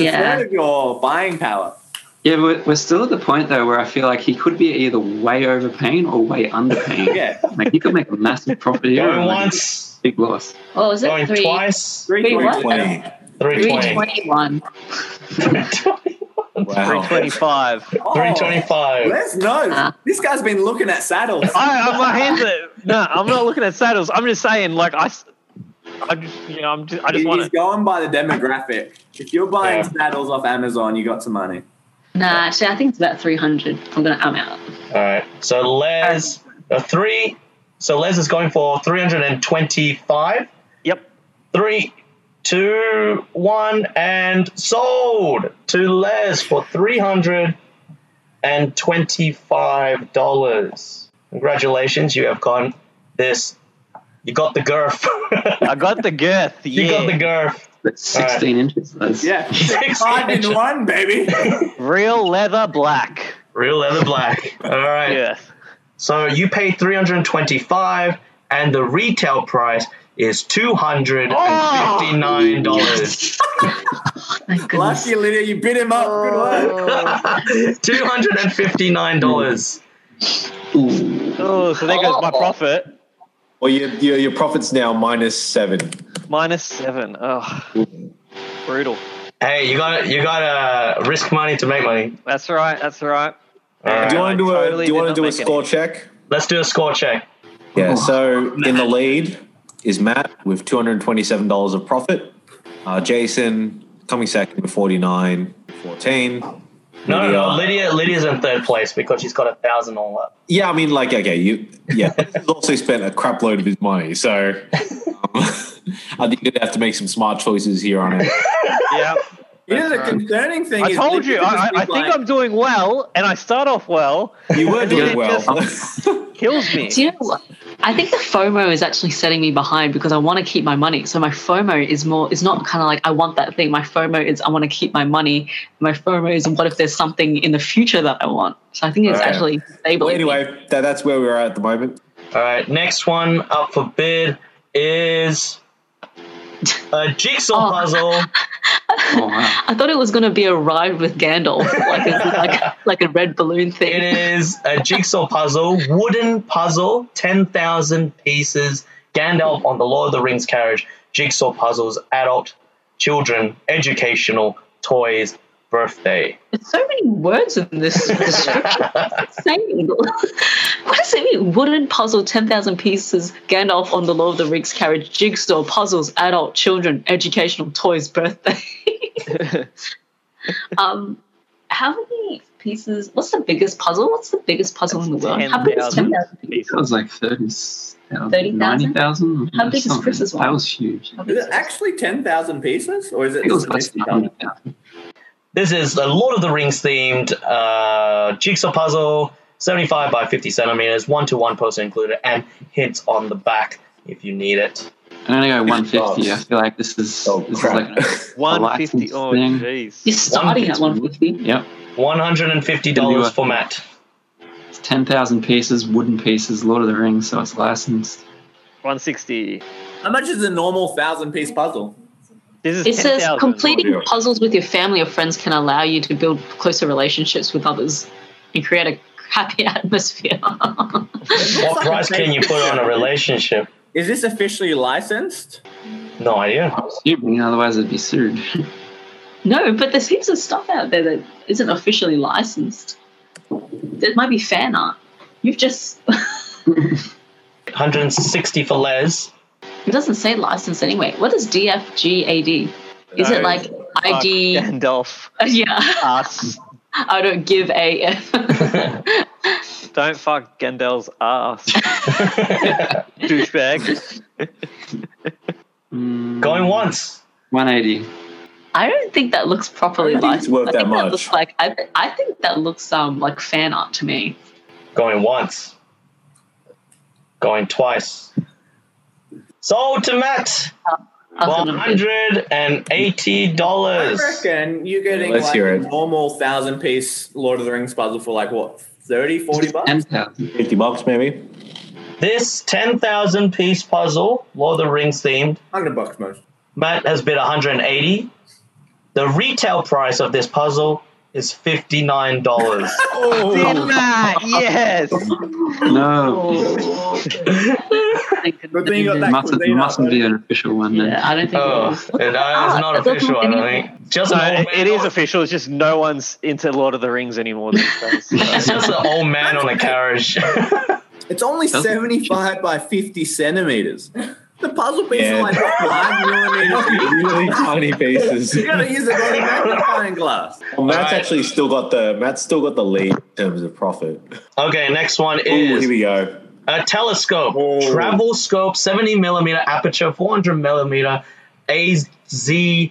S4: Yeah.
S3: third of your buying power.
S7: Yeah, but we're still at the point though where I feel like he could be either way overpaying or way underpaying.
S3: Yeah,
S7: like he could make a massive profit here.
S2: Going
S7: and, like,
S2: once,
S7: big loss.
S4: What was it?
S2: going
S4: Three.
S2: twice.
S4: Wait, what?
S3: 320.
S1: Twenty.
S2: 320.
S4: 321.
S1: Wow.
S5: 325.
S3: Oh,
S2: 325.
S3: Let's know.
S4: Ah.
S3: This guy's been looking at saddles.
S5: I, I, my hands are, no, I'm not looking at saddles. I'm just saying, like, I, s- I just, you know, I'm just, I just
S3: He's
S5: want it.
S3: going by the demographic. If you're buying
S2: Yeah.
S3: saddles off Amazon, you got some money.
S4: Nah, actually, I think it's about 300. I'm gonna, I'm out.
S2: All right. So Les, a three. So Les is going for 325.
S5: Yep.
S2: Three, two, one, and sold to Les for $325. Congratulations, you have gone this. You got the girth.
S5: I got the girth. Yeah.
S2: you got the girth.
S7: That's 16 inches. That's,
S3: Yeah.
S2: Six
S3: Five in
S2: inches.
S3: one, baby.
S5: Real leather black
S2: Real leather black. All right.
S5: girth.
S2: So you pay 325 and the retail price is $259.
S4: My goodness.
S3: Lucky Lydia, you bit him up. Good work.
S7: Oh,
S2: $259.
S7: Ooh.
S5: Oh, so there goes my profit.
S1: Well, your, your, your profit's now minus seven.
S5: Minus seven. Oh, brutal.
S2: Hey, you got to you got to risk money to make money.
S5: That's right. That's right.
S2: All right.
S1: Do you
S5: I
S1: want to do a,
S5: totally
S1: do you
S5: did
S1: want to
S5: not
S1: do a
S5: make any. Oh,
S1: score check?
S2: Let's do a score check.
S1: Yeah, so in the lead is Matt with $227 of profit. Uh, Jason coming second with 49 14
S2: No, no, no. Lydia
S1: Lydia.
S2: Lydia's in third place because she's got a thousand all up.
S1: Yeah, I mean, like, okay, you, yeah, he's also spent a crap load of his money, so um, I think you'd have to make some smart choices here on it.
S5: Yeah.
S3: You know, the
S5: That's right.
S3: concerning thing
S5: I
S3: is.
S5: told you.
S3: Lydia just
S5: I, I,
S3: be
S5: I think
S3: like,
S5: I'm doing well, and I start off well.
S1: You were doing well.
S5: Kills me.
S4: Do you know what? I think the FOMO is actually setting me behind because I want to keep my money. So my FOMO is more is not kind of like I want that thing. My FOMO is I want to keep my money. My FOMO is what if there's something in the future that I want. So I think it's
S1: Right.
S4: actually stable.
S1: well, anyway, that, that's where we are at the moment.
S2: All right. Next one up for bid is a jigsaw
S4: Oh.
S2: puzzle.
S7: Oh, wow.
S4: I thought it was going to be a ride with Gandalf, like a, like like a red balloon
S2: It
S4: thing.
S2: is a jigsaw puzzle, wooden puzzle, 10,000 pieces. Gandalf on the Lord of the Rings carriage, jigsaw puzzles, adult, children, educational, toys, birthday.
S4: There's so many words in this description. It's insane. what does it mean? Wooden puzzle, 10,000 pieces, Gandalf on the Lord of the Rings carriage, jigsaw, puzzles, adult, children, educational, toys, birthday. um, how many pieces? What's the biggest puzzle? What's the biggest puzzle in the world? How big is
S5: 10,000
S4: 10,000 pieces?
S7: That was like 30,000,
S4: 30,000?
S7: 90,000.
S4: How big is
S7: something.
S4: Chris's one?
S7: That was huge. I
S3: Is it actually 10,000 pieces? Or is it.
S7: think it was less than
S3: 60,000?
S7: 100,000.
S2: This is a Lord of the Rings themed uh, jigsaw puzzle, 75 by 50 centimeters, one to one poster included, and hints on the back if you need it.
S7: I'm going to go 150. I
S1: dollars.
S7: feel like this is,
S1: Oh,
S7: this is
S1: crap.
S7: like a
S5: 150.
S7: Relaxing
S5: Oh,
S7: thing.
S4: You're
S5: jeez.
S4: starting at 150.
S7: Yep.
S2: $150 for Matt.
S7: It's 10,000 pieces, wooden pieces, Lord of the Rings, so it's licensed.
S5: 160.
S3: How much is a normal thousand piece puzzle?
S5: This
S4: It
S5: is
S4: says
S5: 10,000.
S4: completing
S1: Audio.
S4: puzzles with your family or friends can allow you to build closer relationships with others and create a happy atmosphere.
S2: What price can you put on a relationship?
S3: Is this officially licensed?
S2: No idea.
S7: Assuming, otherwise it'd be sued.
S4: no, but there's heaps of stuff out there that isn't officially licensed. There might be fan art. You've just.
S2: 160 for Les.
S4: It doesn't say license anyway. What is DFGAD? Is
S5: No,
S4: it like
S5: Fuck
S4: ID?
S5: Gandalf.
S4: Yeah.
S5: Us.
S4: I don't give a F.
S5: Don't fuck Gandalf's ass, douchebag.
S7: Mm,
S2: Going once.
S7: 180.
S4: I don't think that looks properly
S1: I don't think it's
S4: licensed.
S1: worth
S4: I think
S1: that much.
S4: looks like I, th- I think that looks um like fan art to me.
S2: Going once. Going twice. Sold to Matt
S4: I was
S2: for
S4: gonna bid.
S3: I
S2: $180.
S3: reckon you're getting
S1: Let's
S3: like
S1: hear
S3: a
S1: it.
S3: normal thousand piece Lord of the Rings puzzle for like what 30, 40 bucks?
S7: 10,000.
S1: 50 bucks, maybe.
S2: This 10,000 piece puzzle, Lord of the Rings themed,
S3: Hundred bucks most.
S2: Matt has bid 180. The retail price of this puzzle is fifty nine dollars.
S5: Did that? Yes.
S7: No,
S3: But then you got
S4: Mm.
S3: that
S7: mustn't,
S3: Cuisine,
S7: mustn't be an official one then.
S4: Yeah, I don't think.
S2: oh,
S4: it
S2: no,
S4: is.
S2: it's not
S4: It doesn't
S2: official. I
S4: mean
S2: don't
S4: anything.
S2: think. Just
S5: So
S2: an old
S5: it,
S2: man
S5: it is
S2: on-
S5: official. It's just no one's into Lord of the Rings anymore these days. So.
S2: It's just an old man on a carriage.
S3: It's only
S7: Doesn't-
S3: 75 by 50 centimeters. The puzzle piece
S1: Yeah.
S3: are like five millimeters.
S1: really tiny pieces.
S3: You gotta use a bloody magnifying glass.
S1: Well, Matt's
S2: Alright.
S1: actually still got the Matt's still got the lead in terms of profit.
S2: okay, next one
S1: Ooh, Oh, here
S2: is
S1: we Oh. go.
S2: a telescope, travel scope, seventy millimeter aperture, four hundred millimeter, AZ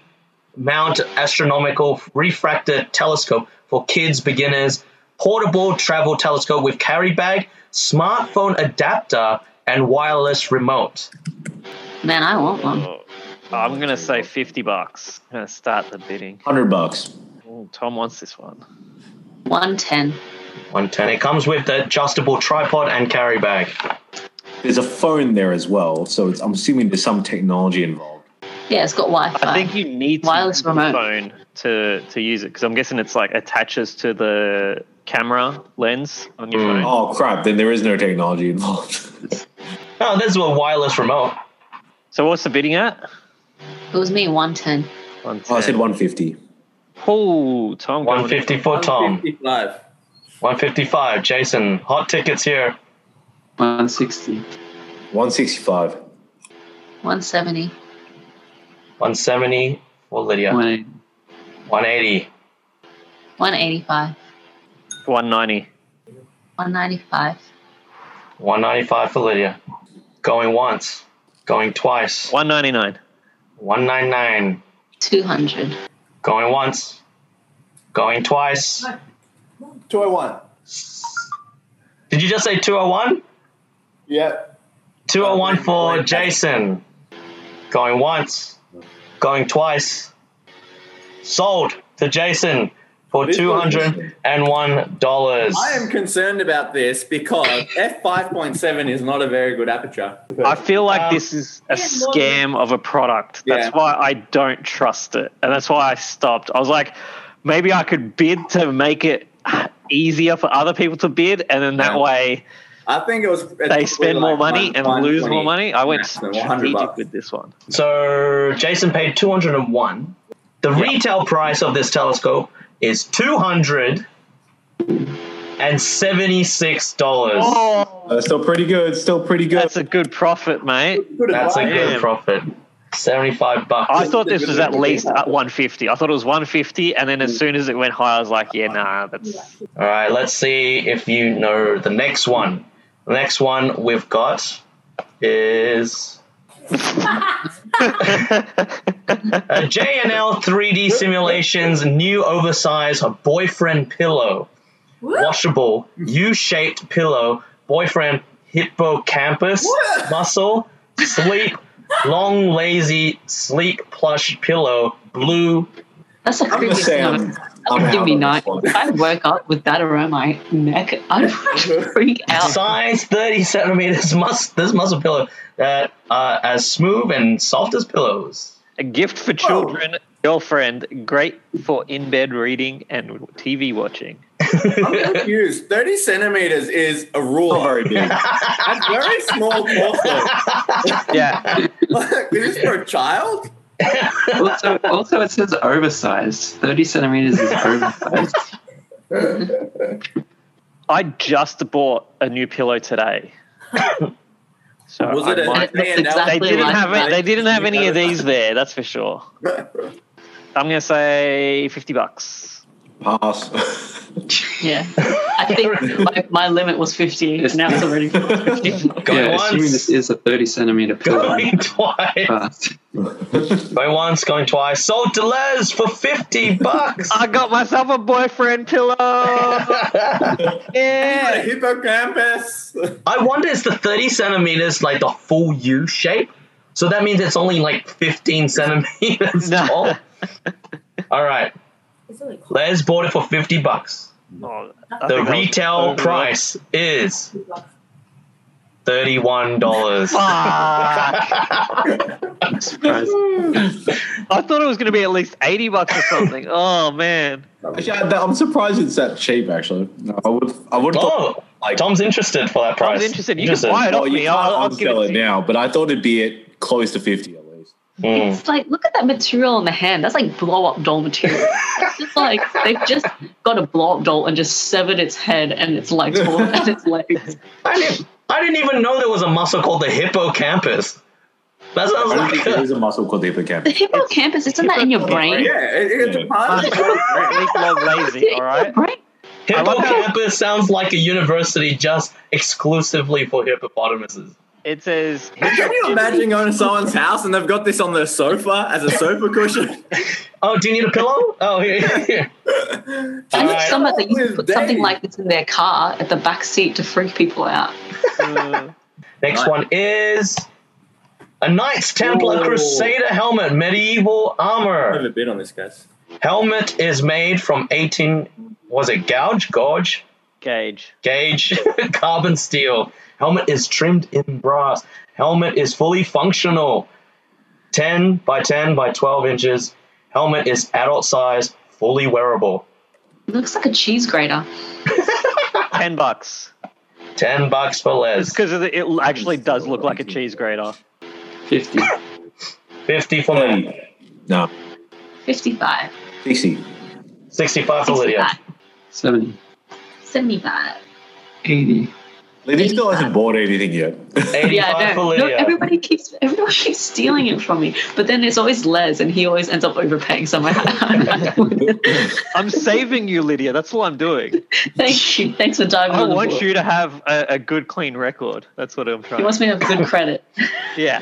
S2: mount astronomical refractor telescope for kids, beginners, portable travel telescope with carry bag, smartphone adapter, and wireless remote.
S4: Man, I want one.
S5: I'm gonna say fifty bucks. I'm gonna start the bidding.
S1: Hundred bucks.
S5: Ooh, Tom wants this one.
S4: One ten.
S2: One ten. It comes with the adjustable tripod and carry bag.
S1: There's a phone there as well, so it's, I'm assuming there's some technology involved.
S4: Yeah, it's got Wi-Fi.
S5: I think you need to
S4: Wireless
S5: use the
S4: remote.
S5: phone to to use it because I'm guessing it's like attaches to the camera lens on your
S2: Mm.
S5: phone.
S1: Oh crap! Then there is no technology involved.
S2: Oh, this is a wireless remote.
S5: So what's the bidding at?
S4: it was me. One ten.
S5: One ten.
S1: oh, I said 150.
S5: Oh, Tom. going-
S2: One fifty for Tom.
S3: 55.
S2: One fifty five. Jason. Hot tickets here.
S7: 160.
S1: 165.
S4: One seventy.
S2: One seventy for Lydia.
S7: 180.
S2: One eighty.
S4: One eighty-five.
S5: 190.
S4: One ninety-five.
S2: One ninety five for Lydia. Going once. Going twice.
S5: 199.
S2: One nine nine.
S4: Two hundred.
S2: Going once. Going twice.
S3: Toy oh one.
S2: Did you just say two oh one?
S3: Yep.
S2: Two oh one for Jason. Going once. Going twice. Sold to Jason for
S3: This
S2: two hundred and one dollars.
S3: I am concerned about this because f5.7 is not a very good aperture.
S5: I feel like
S2: Um,
S5: this is a scam of a product. That's
S3: Yeah.
S5: why I don't trust it. And that's why I stopped. I was like, maybe I could bid to make it easier for other people to bid. And then that
S3: Yeah.
S5: way
S3: I think it was.
S5: they spend more money and lose more money. I went
S3: maximum, 100
S5: strategic
S3: bucks.
S5: with this one.
S2: So Jason paid 201. The retail price of this telescope is $276.
S5: Oh,
S1: Uh, still pretty good. Still pretty good.
S5: That's a good profit, mate.
S2: That's a
S5: Damn.
S2: good profit. 75 bucks.
S5: I thought this was at least at 150. I thought it was 150, and then as soon as it went high, I was like, "Yeah, nah, that's
S2: All right, let's see if you know the next one. The next one we've got is a JNL 3D Simulations new oversized boyfriend pillow. Washable, U shaped pillow, boyfriend hippocampus, muscle, sleep, long, lazy, sleek plush pillow, blue.
S4: That's a
S1: I'm
S4: creepy
S1: gonna say
S4: sound.
S1: I'm,
S4: That
S1: I'm
S4: would
S1: out
S4: give
S1: on
S4: me
S1: this
S4: night.
S1: one.
S4: If I woke up with that around my neck, I'd freak out.
S2: Size 30 centimeters. Mus- this muscle pillow that are as smooth and soft as pillows.
S5: a gift for children, girlfriend, great for in bed reading and TV watching."
S3: I'm confused. 30 centimeters is a
S1: Not
S3: ruler.
S1: very big.
S3: That's very small torso.
S5: Yeah,
S3: Like, is this for a child?
S7: Also, also, it says oversized. 30 centimeters is oversized.
S5: I just bought a new pillow today. So
S3: Was it
S5: I
S3: a
S5: might-
S4: That's exactly
S5: they didn't
S4: like
S5: have
S4: that.
S5: it, they didn't have any of these there. That's for sure. I'm gonna say 50 bucks.
S1: Pass.
S4: Yeah, I think my, my limit was fifty. and Now it's already. 50.
S2: Going
S7: yeah, assuming
S2: once.
S7: this is a 30 centimeter pillow.
S2: Going twice.
S7: But
S2: Going once, going twice. Sold to Les for 50 bucks.
S5: I got myself a boyfriend pillow.
S3: A
S5: Yeah. Oh,
S3: hippocampus.
S2: I wonder is the 30 centimeters like the full U shape? So that means it's only like 15 centimeters
S5: No.
S2: tall. All right. Les bought it for 50 bucks.
S5: Oh,
S2: The
S5: I think that was
S2: retail
S5: overall.
S2: price is Thirty-one dollars.
S5: Ah,
S7: Surprise.
S5: I thought it was going to be at least 80 bucks or something. oh, man.
S1: Actually, I- I'm surprised it's that cheap. Actually, No, I would. I would.
S2: oh, Tom's interested for that price.
S5: Tom's interested. You can buy it
S1: oh,
S5: off
S1: you
S5: me.
S1: can't
S5: I'll, I'll give
S1: unsell
S5: it
S1: it
S5: to you.
S1: now, but I thought it'd be at close to fifty at least.
S2: Mm.
S4: It's like, look at that material on the hand. That's like blow up doll material. it's just like they've just got a blow up doll and just severed its head and its legs all and its legs.
S2: I didn't. I didn't even know there was a muscle called the hippocampus. That sounds
S1: I don't
S2: like
S1: think there
S2: a,
S1: is a muscle called the hippocampus.
S4: The hippocampus, isn't that in your brain?
S3: Yeah, it, it's a part of the
S5: Week long lazy, all right?
S4: Right?
S5: I love how-
S2: hippocampus. Sounds like a university just exclusively for hippopotamuses.
S5: It says.
S3: Can you imagine going to someone's house and they've got this on their sofa as a sofa cushion?
S2: Oh, do you need a pillow? Oh, here, here.
S4: I
S2: Alright.
S4: think someone that you
S3: With
S4: could put something
S3: Dave.
S4: like this in their car at the back seat to freak people out.
S5: Uh,
S2: Next one is a Knights Templar
S3: Whoa.
S2: Crusader helmet, medieval
S3: I
S2: armor.
S3: have a bid on this, guys.
S2: Helmet is made from 18. Was it gouge, gorge?
S5: Gage.
S2: gauge carbon steel helmet is trimmed in brass helmet is fully functional 10 by 10 by 12 inches helmet is adult size fully wearable
S4: It looks like a cheese grater.
S5: 10 bucks.
S2: 10 bucks for les
S5: Because it actually does look like a cheese grater.
S7: 50.
S2: 50 for me
S1: No,
S4: 55.
S1: sixty.
S2: 65 for lydia
S4: 65.
S7: 70.
S4: 75.
S7: 80.
S1: Lydia still hasn't bought anything yet.
S2: 85
S4: Yeah,
S2: for
S4: no, no,
S2: lydia
S4: everybody keeps everyone keeps stealing it from me. But then there's always Les, and he always ends up overpaying. So I'm like, I'm not doing it.
S5: I'm saving you, Lydia. That's all I'm doing.
S4: thank you, thanks for diving.
S5: I
S4: on the
S5: want
S4: board.
S5: you to have a, a good, clean record. That's what I'm
S4: He
S5: trying.
S4: wants me to have good credit.
S5: Yeah.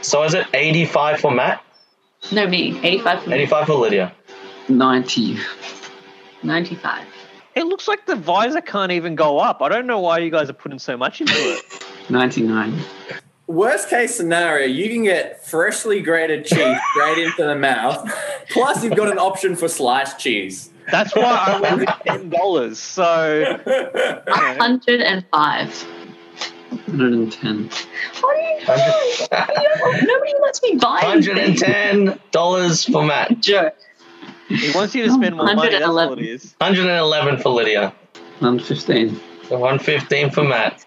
S2: so is it 85 for matt
S4: No, me, 85 from
S2: 85 for lydia
S7: 90.
S4: 95.
S5: It looks like the visor can't even go up. I don't know why you guys are putting so much into it.
S7: 99.
S3: Worst case scenario, you can get freshly grated cheese straight into the mouth. Plus, you've got an option for sliced cheese.
S5: That's why I went with ten dollars. So you know,
S4: 105.
S7: 110.
S4: What are you doing? Nobody lets me buy anything.
S2: 110 dollars for matt
S4: Joke.
S5: he wants you to spend more money. That's all it
S4: 111.
S5: is.
S2: 111 for lydia
S7: 115.
S2: 115 for matt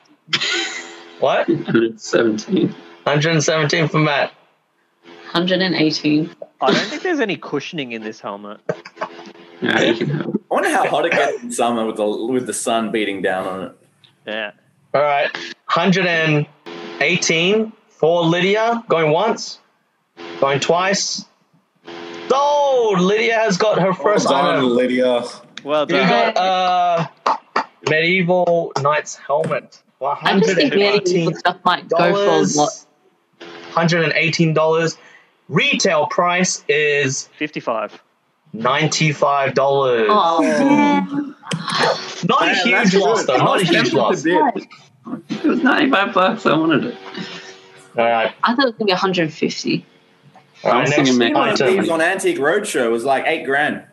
S2: what
S7: 117.
S2: 117 for matt
S4: 118.
S5: I don't think there's any cushioning in this helmet.
S7: Yeah, you can have it.
S3: I wonder how hot it gets in summer with the with the sun beating down on it.
S5: Yeah.
S2: All right, 118 for Lydia. Going once, going twice. Sold. Lydia has got her first item.
S1: Lydia.
S5: Well
S2: You
S5: done.
S2: got uh, medieval knight's helmet. One
S4: I just
S2: hundred
S4: think
S2: and
S4: medieval
S2: eighteen
S4: stuff might go for a lot.
S2: dollars. One hundred and eighteen dollars. Retail price is
S5: Fifty-five.
S2: ninety-five dollars.
S4: Oh,
S2: Not a
S3: Man,
S2: huge
S3: that's
S2: loss,
S3: good.
S2: though. Not a huge loss. All
S7: It was 95 bucks. I wanted it.
S2: right.
S4: I thought it was gonna be 150.
S2: All
S7: I
S2: right.
S7: was thinking
S2: Next
S7: maybe-
S3: One of these
S2: item.
S3: on Antique Roadshow was like eight grand.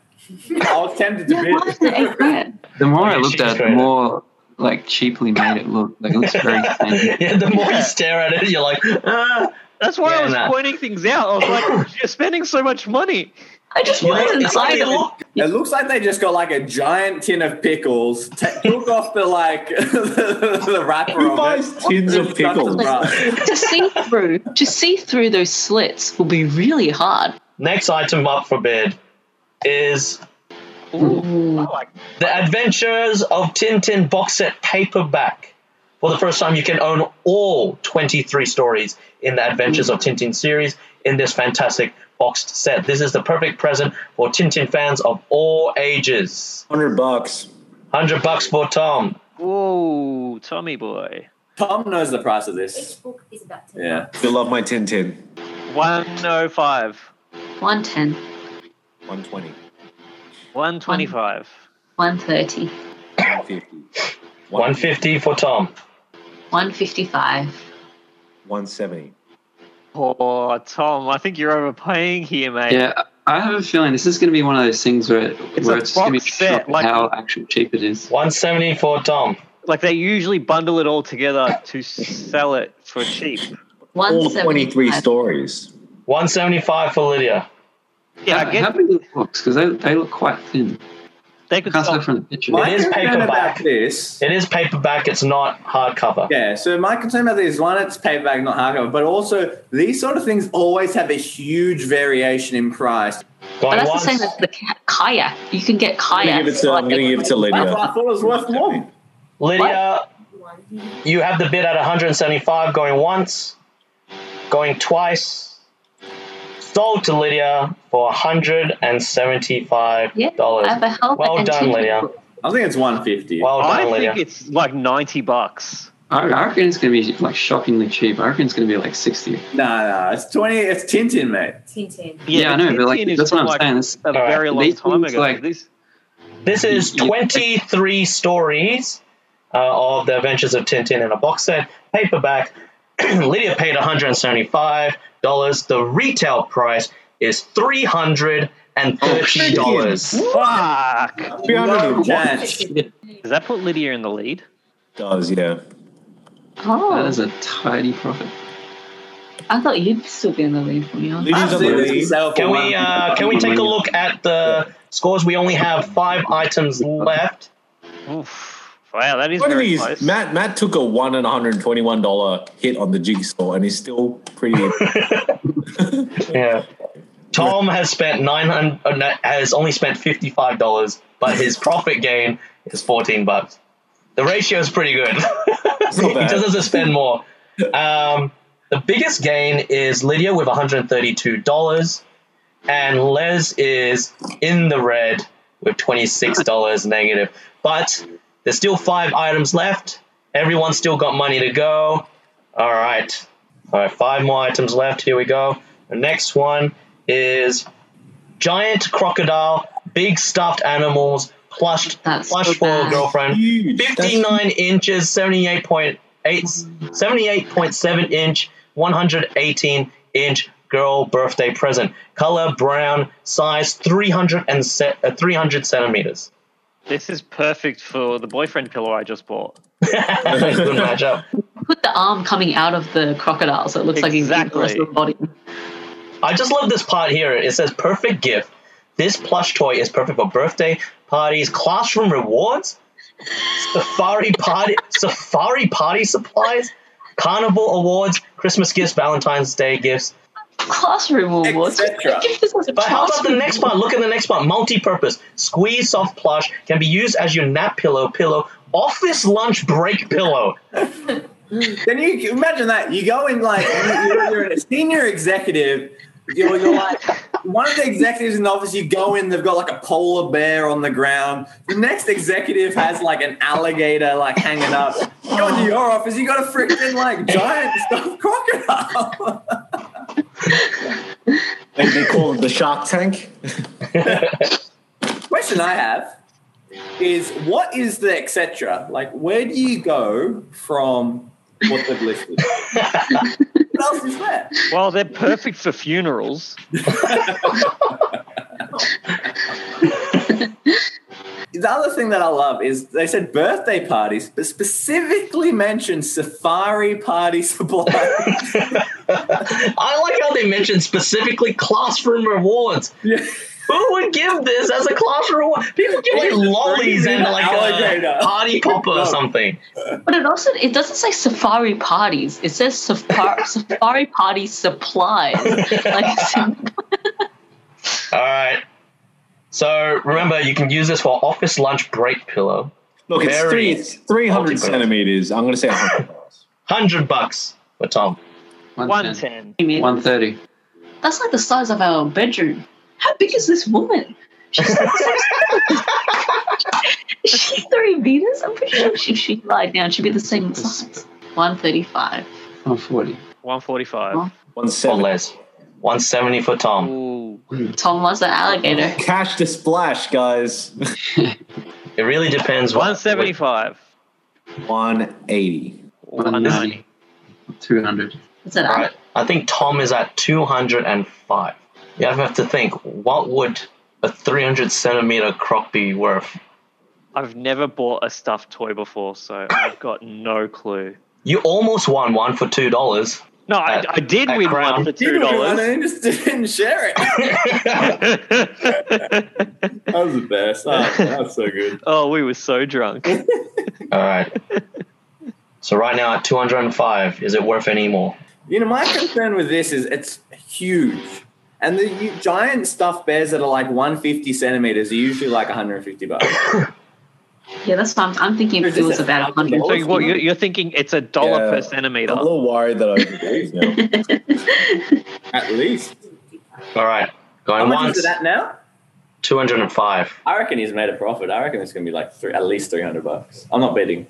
S3: I was tempted to
S4: Yeah, why is it
S3: bid.
S4: eight grand?
S7: The more
S2: Okay,
S7: I looked
S2: cheese
S7: at it, the
S2: grater.
S7: more like cheaply made it look. Like it looks very fancy.
S2: yeah, the more
S5: Yeah.
S2: you stare at it, you're like, ah.
S5: That's why
S2: Yeah,
S5: I was
S2: nah.
S5: pointing things out. I was like, you're spending so much money.
S4: I just
S2: You know,
S4: wanted an
S2: it's like,
S4: item.
S2: look,
S3: It looks like they just got like a giant tin of pickles, t- took off the like the, wrapper
S1: Who
S3: of
S1: buys
S3: it.
S1: tins of
S3: Stuck the
S1: pickles?
S3: brush.
S4: to see through, to see through those slits will be really hard.
S2: next item up for bid is
S4: Ooh.
S2: the Adventures of Tintin box set paperback. For the first time, you can own all 23 stories in the Adventures of Tintin series in this fantastic boxed set. This is the perfect present for Tintin fans of all ages.
S1: Hundred bucks.
S2: 100 bucks for Tom.
S5: Whoa, Tommy boy.
S3: Tom knows the price of this.
S9: Each book is about ten
S3: Yeah.
S1: You love my tin tin.
S5: One oh five.
S4: 110,
S1: One twenty.
S5: One twenty-five.
S4: 130,
S1: One fifty.
S2: 150 for Tom.
S4: 155.
S1: One seventy.
S5: Oh, Tom, I think you're overpaying here, mate.
S7: Yeah, I have a feeling this is going to be one of those things where,
S5: It's
S7: where
S5: a
S7: it's going to be
S5: box set,
S7: shocked
S5: like-
S7: how actually cheap it is.
S2: 170 for Tom.
S5: like they usually bundle it all together to sell it for cheap.
S1: All 23
S4: 175.
S1: stories.
S2: 175 for Lydia.
S5: Yeah,
S7: How-
S5: I
S7: How
S5: guess
S7: big are the books? Because they, they look quite thin.
S5: they
S7: I
S5: could
S7: can't tell
S5: sell.
S7: from the picture.
S3: My
S2: is
S3: concern
S2: paperback.
S3: about this
S2: It is paperback. It's not hardcover.
S3: Yeah, so my concern about this is one, it's paperback, not hardcover, but also these sort of things always have a huge variation in price.
S2: Going
S4: But that's
S2: once.
S4: the same as the ki- kayak. You can get
S1: I'm
S4: kayak.
S1: going to give it to, I'm gonna give it to
S3: That's why
S1: Lydia.
S3: I thought it was worth more.
S2: Lydia, you have the bid at 175 going once, going twice. Sold to Lydia for $175.
S4: Yeah, I have a helmet
S2: well
S4: and
S2: done,
S4: two
S2: Lydia.
S4: notebooks.
S3: I think it's 150.
S2: Well
S5: I
S2: done, Lydia.
S5: think it's like ninety bucks.
S7: I, I reckon it's going to be like shockingly cheap. I reckon it's going to be like 60.
S3: no, no, it's 20, it's Tintin, mate.
S9: Tintin.
S7: Yeah, I know, but like,
S5: Tintin is
S7: that's what
S5: from,
S7: I'm
S5: like,
S7: saying. It's,
S5: A
S2: Alright.
S5: very long
S7: These
S5: time
S7: things,
S5: ago.
S7: like-
S5: This-
S2: This is
S7: You- you-
S2: 23 stories uh, of the Adventures of Tintin in a box set, paperback. Lydia paid $175. The retail price is $330.
S5: Oh, fuck.
S3: No chance.
S5: Does that put Lydia in the lead?
S1: does, yeah.
S7: that is
S4: Oh,
S7: a tidy profit.
S4: I thought you'd still be in the lead for me.
S3: I've
S1: Lydia's
S3: seen
S1: on the
S3: this for
S1: lead.
S3: sale for
S2: Can we,
S3: 150.
S2: uh, can we take a look at the scores? We only have five items left.
S5: Oof. Wow, that is
S1: One of
S5: very
S1: these,
S5: close.
S1: Matt, Matt took a one and $121 hit on the jigsaw and he's still pretty.
S2: Yeah. Tom has spent 900 uh, no, has only spent $55, but his profit gain is 14 bucks. The ratio is pretty good. he
S1: not bad.
S2: just doesn't spend more. Um, the biggest gain is Lydia with $132 and Les is in the red with $26 negative. But there's still 5 items left. Everyone's still got money to go. All right. All right, five more items left. Here we go. The next one is giant crocodile, big stuffed animals, plush,
S4: That's
S2: plush
S4: so
S2: for a
S4: bad.
S2: girlfriend.
S1: huge. That's-
S2: 59 inches, 78.8, 78.7 inch, 118 inch girl birthday present. Color brown, size 300 and se- uh, 300 centimeters.
S5: This is perfect for the boyfriend pillow I just bought.
S2: Good matchup.
S4: Put the arm coming out of the crocodile, so it looks
S5: Exactly.
S4: like he's eating the rest of the body.
S2: I just love this part here. It says perfect gift. This plush toy is perfect for birthday parties, classroom rewards, safari party, safari party supplies, carnival awards, Christmas gifts, Valentine's Day gifts.
S4: Classroom awards.
S3: Etcetera.
S4: Give this as a
S2: But how about the
S4: classroom
S2: next part? Look at the next part. Multi-purpose, squeeze soft plush can be used as your nap pillow, pillow, office lunch break pillow.
S3: Can you imagine that? You go in like you- you're, you're a senior executive. You're, you're like one of the executives in the office. You go in, they've got like a polar bear on the ground. The next executive has like an alligator like hanging up. You go into your office, you got a freaking like giant stuffed crocodile.
S1: And they call it the Shark Tank.
S3: Question I have is what is the etc. Like where do you go from what they've listed? what else is there?
S5: Well, they're perfect for funerals.
S3: The other thing that I love is they said birthday parties, but specifically mentioned safari party supply.
S2: I like how they mentioned specifically classroom rewards.
S3: Yeah.
S2: Who would give this as a classroom reward? People give like
S3: It's a
S2: lollies and like
S3: alligator.
S2: a party popper or
S3: No.
S2: something.
S4: But it also it doesn't say safari parties. It says safari safari party supplies. Like
S2: All right. So remember, you can use this for office lunch break pillow.
S1: Look, it's,
S2: Very
S1: three, it's 300
S2: multi-purpose.
S1: centimeters. I'm going to say 100 bucks.
S2: Hundred bucks for Tom.
S7: 110.
S5: 110.
S4: I mean,
S7: 130.
S4: that's like the size of our bedroom. How big is this woman? She's is she three meters? I'm pretty sure if she lied down, she'd be the same size. One thirty-five.
S7: 140.
S5: 145.
S2: For
S1: 170.
S2: Les. One seventy for Tom.
S5: Ooh.
S4: Tom was an alligator.
S1: Cash to splash, guys.
S2: It really depends. what-
S5: 175.
S1: 180.
S5: 190.
S7: 190. 200.
S4: Is it
S2: All right. I think Tom is at two hundred and five. You have to think. What would a three hundred centimeter croc be worth?
S5: I've never bought a stuffed toy before, so I've got no clue.
S2: You almost won one for two dollars.
S5: No, I, I did
S2: At
S5: win
S2: Crown.
S5: one for
S3: You
S5: two
S3: were the one
S5: dollars.
S3: who just didn't share it.
S5: oh,
S3: That was the best. Oh, that was so good.
S5: we were so drunk.
S2: All right. So right now at 205, is it worth any more?
S3: You know, my concern with this is it's huge. And the u- giant stuffed bears that are like 150 centimeters are usually like 150 bucks.
S4: Yeah, that's fine. I'm thinking if
S3: Is
S4: it
S3: this
S4: was
S3: a
S4: about a
S3: thousand
S4: hundred.
S5: so what, you're, you're thinking it's a dollar
S1: Yeah.
S5: per
S1: I'm
S5: centimeter.
S1: a little worried that I overgave now.
S3: At least.
S2: All right.
S3: How
S2: Going
S3: much
S2: once,
S3: is it at now?
S2: 205.
S3: I reckon he's made a profit. I reckon it's going to be like three, at least 300 bucks. I'm not betting.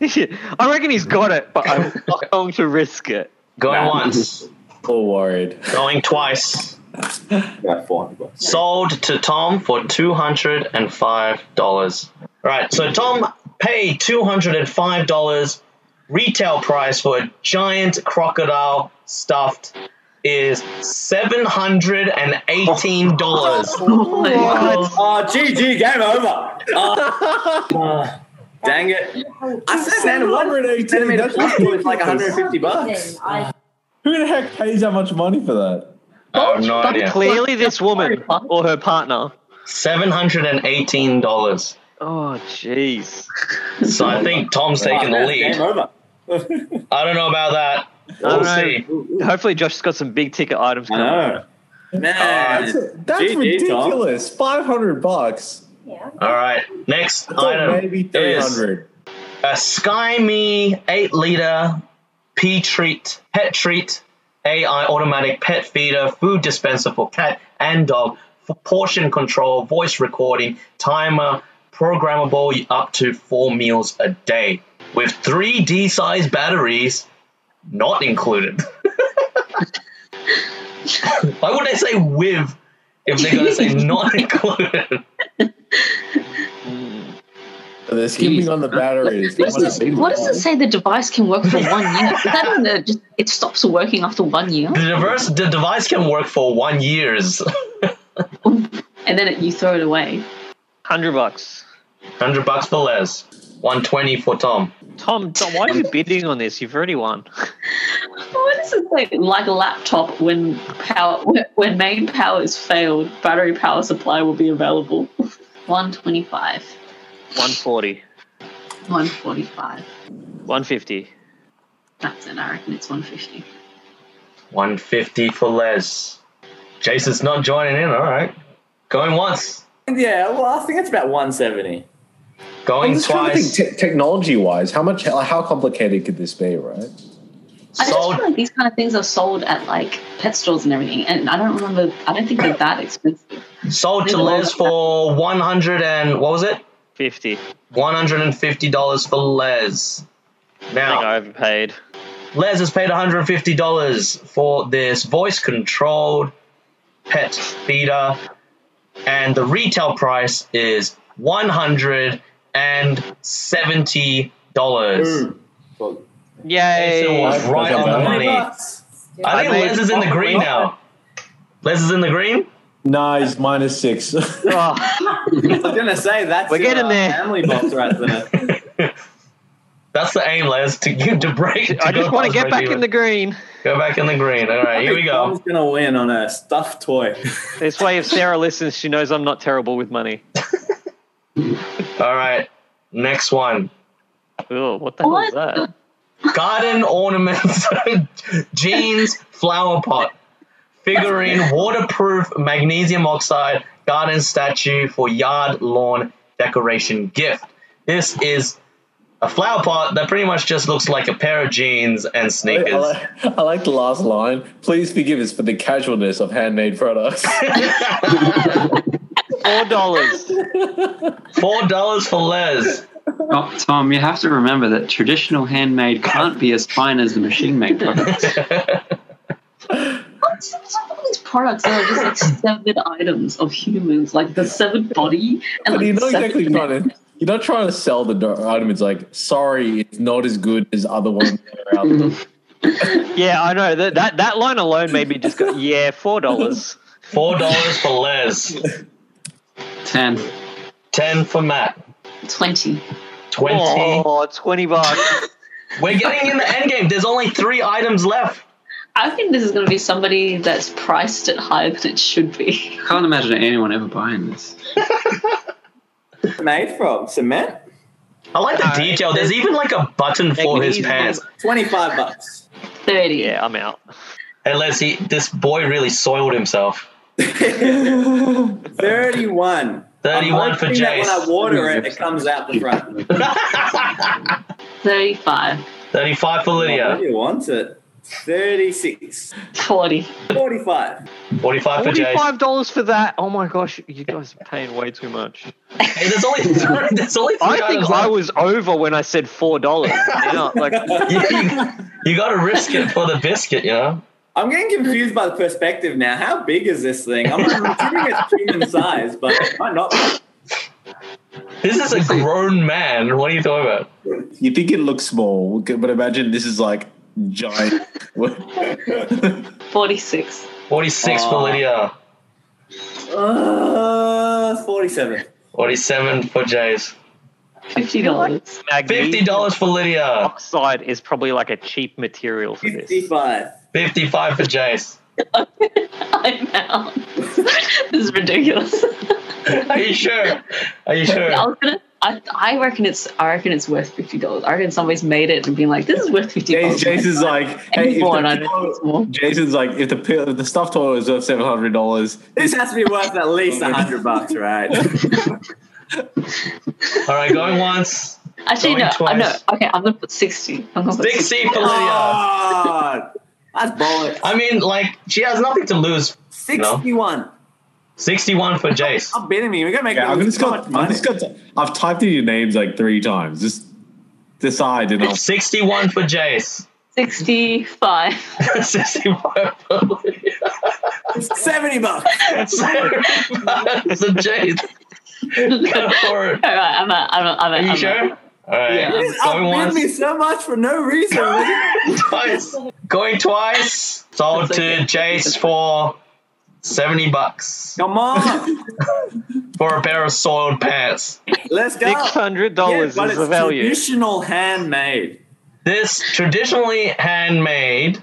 S5: I reckon he's got it, but I'm not going to risk it.
S2: Going
S3: Nah.
S2: once,
S1: A little worried.
S2: going twice.
S3: About 400 bucks.
S2: Sold to Tom for $205. All right. So Tom paid $205 retail price for a giant crocodile stuffed is $718.
S4: Oh my god.
S3: Oh, GG, game over. Oh, dang it. I said man, one
S1: 118,
S3: centimeter
S1: that's
S3: stuffed was like
S1: ridiculous.
S3: 150 bucks.
S1: Who the heck pays that much money for that?
S2: I have no
S5: But
S2: idea.
S5: clearly, this woman or her partner.
S2: $718.
S5: Oh, jeez.
S2: So I think Tom's taking the
S3: Oh,
S2: lead.
S3: Game over.
S2: I don't know about that.
S5: I
S2: We'll
S5: don't know.
S2: see.
S5: Hopefully, Josh's got some big ticket items
S3: I
S5: coming.
S3: know. Man,
S1: That's, that's
S3: GG, Tom.
S1: ridiculous. 500 bucks.
S2: All right. Next
S1: I thought
S2: item
S1: maybe
S2: is
S1: 300.
S2: a Sky Me 8 liter pea treat, pet treat, AI automatic pet feeder, food dispenser for cat and dog, for portion control, voice recording, timer, programmable up to four meals a day with 3D size batteries not included. Why would they say with if they're going to say not included?
S1: They're skipping on the batteries.
S4: What does, it, what does it say the device can work for one year? Is that in the, just, it stops working after one year,
S2: The, diverse, the device can work for one year's
S4: and then it, you throw it away.
S5: Hundred bucks.
S2: hundred bucks for Les, one twenty for Tom.
S5: Tom, Tom, why are you bidding on this? You've already won.
S4: What is it like? Like a laptop when power when main power is failed, battery power supply will be available. One twenty five,
S5: One forty.
S4: one forty five.
S5: One fifty.
S4: That's it. I reckon it's one fifty.
S2: One fifty for Les. Jason's not joining in. All right, going once,
S3: Yeah, well, I think it's about 170.
S1: I'm
S2: going
S1: just trying to
S2: twice.
S1: think technology wise, how much, how complicated could this be, right?
S4: I just
S2: Sold.
S4: feel like these kind of things are sold at like pet stores and everything, and I don't remember. I don't think they're that expensive.
S2: Sold to
S4: Maybe
S2: Les for one hundred and what was it?
S5: Fifty.
S2: One hundred and fifty dollars for Les.
S5: I think
S2: Now
S5: I overpaid.
S2: Les has paid one hundred and fifty dollars for this voice controlled pet feeder, and the retail price is one hundred and seventy dollars.
S3: Well,
S2: Jason
S5: Yay!
S2: was
S1: I've
S2: right
S1: got
S2: on the
S1: that.
S2: money. I
S3: bucks.
S2: think
S5: I made-
S2: Les is in the green now. Les is in the green.
S1: No, he's minus six.
S5: Oh,
S3: I was gonna say that's
S5: We're
S3: your,
S5: getting
S3: uh,
S5: there.
S3: family box right there.
S2: That's the aim, Les, to get to break. To
S5: I
S2: go
S5: just want to
S2: past
S5: get
S2: break
S5: back
S2: even.
S5: in the green.
S2: Go back in the green. All right, here we
S3: Tom's
S2: go.
S3: gonna win on a stuffed toy.
S5: This way, if Sarah listens, she knows I'm not terrible with money.
S2: All right, next one.
S5: Oh, what the hell is
S4: What?
S5: that?
S2: Garden ornaments, jeans, flower pot, figurine, waterproof magnesium oxide, garden statue for yard lawn decoration gift. This is a flower pot that pretty much just looks like a pair of jeans and
S1: I,
S2: sneakers.
S1: like, I like the last line. Please forgive us for the casualness of handmade products.
S5: Four dollars.
S2: Four dollars for Les.
S7: Oh, Tom, you have to remember that traditional handmade can't be as fine as the machine-made products.
S4: What's what's up with all these products? There are just like seven items of humans, like the severed body and
S1: But
S4: like
S1: you're not
S4: seven
S1: exactly
S4: necks.
S1: trying to. You're not trying to sell the do- item. It's like, sorry, it's not as good as other ones that are out there.
S5: Yeah, I know that that that line alone made me just go. Yeah, four dollars.
S2: Four dollars for Les.
S7: Ten.
S2: Ten for Matt.
S4: 20.
S2: 20.
S5: Oh, 20 bucks.
S2: We're getting in the end game. There's only three items left.
S4: I think this is going to be somebody that's priced it higher than it should be.
S7: I can't imagine anyone ever buying this.
S3: Made from cement.
S2: I like the detail. There's even like a button for his
S5: Magnesium.
S2: pants.
S3: Twenty-five bucks.
S4: 30.
S5: yeah, I'm out.
S2: Unless he, this boy really soiled himself.
S3: Thirty-one. I'm
S2: 31 for
S3: hoping that when I
S2: Jace.
S3: water it, it comes out the front.
S2: Thirty-five
S4: 35.
S2: for
S3: What
S2: Lydia.
S3: do you want it? Thirty-six.
S4: 40.
S3: Forty-five.
S2: Forty-five for Jace.
S5: Forty-five dollars for that? Oh my gosh, you guys are paying way too much.
S2: Hey, there's only three, there's only three
S5: I think
S2: items
S5: I
S2: left.
S5: was over when I said four dollars. like
S2: you, you got to risk it for the biscuit, you know.
S3: I'm getting confused by the perspective now. How big is this thing? I'm assuming it's human size, but it might not. be.
S2: This is a grown man. What are you talking about?
S1: You think it looks small, but imagine this is like giant.
S2: 46
S4: 46.
S2: for
S3: Aw.
S2: Lydia.
S3: Uh, Forty-seven.
S2: 47 for Jace.
S4: $50.
S2: $50 for Lydia.
S5: oxide is probably like a cheap material for this.
S3: Fifty-five.
S2: 55 for Jace.
S4: I'm out. this is ridiculous.
S2: Are you sure? Are you sure?
S4: I was gonna. I, I reckon it's. I reckon it's worth fifty dollars. I reckon somebody's made it and been like, "This is worth fifty
S1: Jace,
S4: dollars."
S1: Jason's like,
S4: And
S1: hey, if
S4: born, Oh. I
S1: the
S4: don't think
S1: pillow-
S4: it's more.
S1: Jason's like, if the pill, if the stuffed toy is worth seven hundred dollars,
S3: This has to be worth at least a hundred bucks, right?
S2: All right, going once.
S4: Actually,
S2: Going
S4: no. I know.
S2: twice.
S4: Okay, I'm gonna put sixty. I'm gonna put 60.
S2: 60 for
S3: Uh.
S2: Lydia.
S3: God, that's bollocks.
S2: I mean, like, she has nothing to lose.
S3: Sixty-one.
S2: 61 for Jace.
S3: I'm bidding me. We're gonna make.
S1: yeah, I've
S3: them
S1: just
S3: so
S1: got,
S3: much money.
S1: I've just got, I've typed in your names like three times. Just decide, and I'll
S2: 61 for Jace.
S4: Sixty-five.
S2: 65 for Lydia.
S3: Seventy bucks.
S2: 75 for Jace. Go for it.
S4: All right, I'm out. I'm out. I'm out.
S2: Are you
S4: I'm
S2: sure?
S4: out.
S2: All right.
S4: Yeah.
S2: Going
S3: I've bid me
S2: once.
S3: so much for no reason.
S2: twice. Going twice. Sold to Jace for 70 bucks
S3: Come on,
S2: for a pair of soiled pants.
S3: let's go.
S5: Six hundred dollars
S3: but
S5: is
S3: it's
S5: the value.
S3: traditional handmade.
S2: This traditionally handmade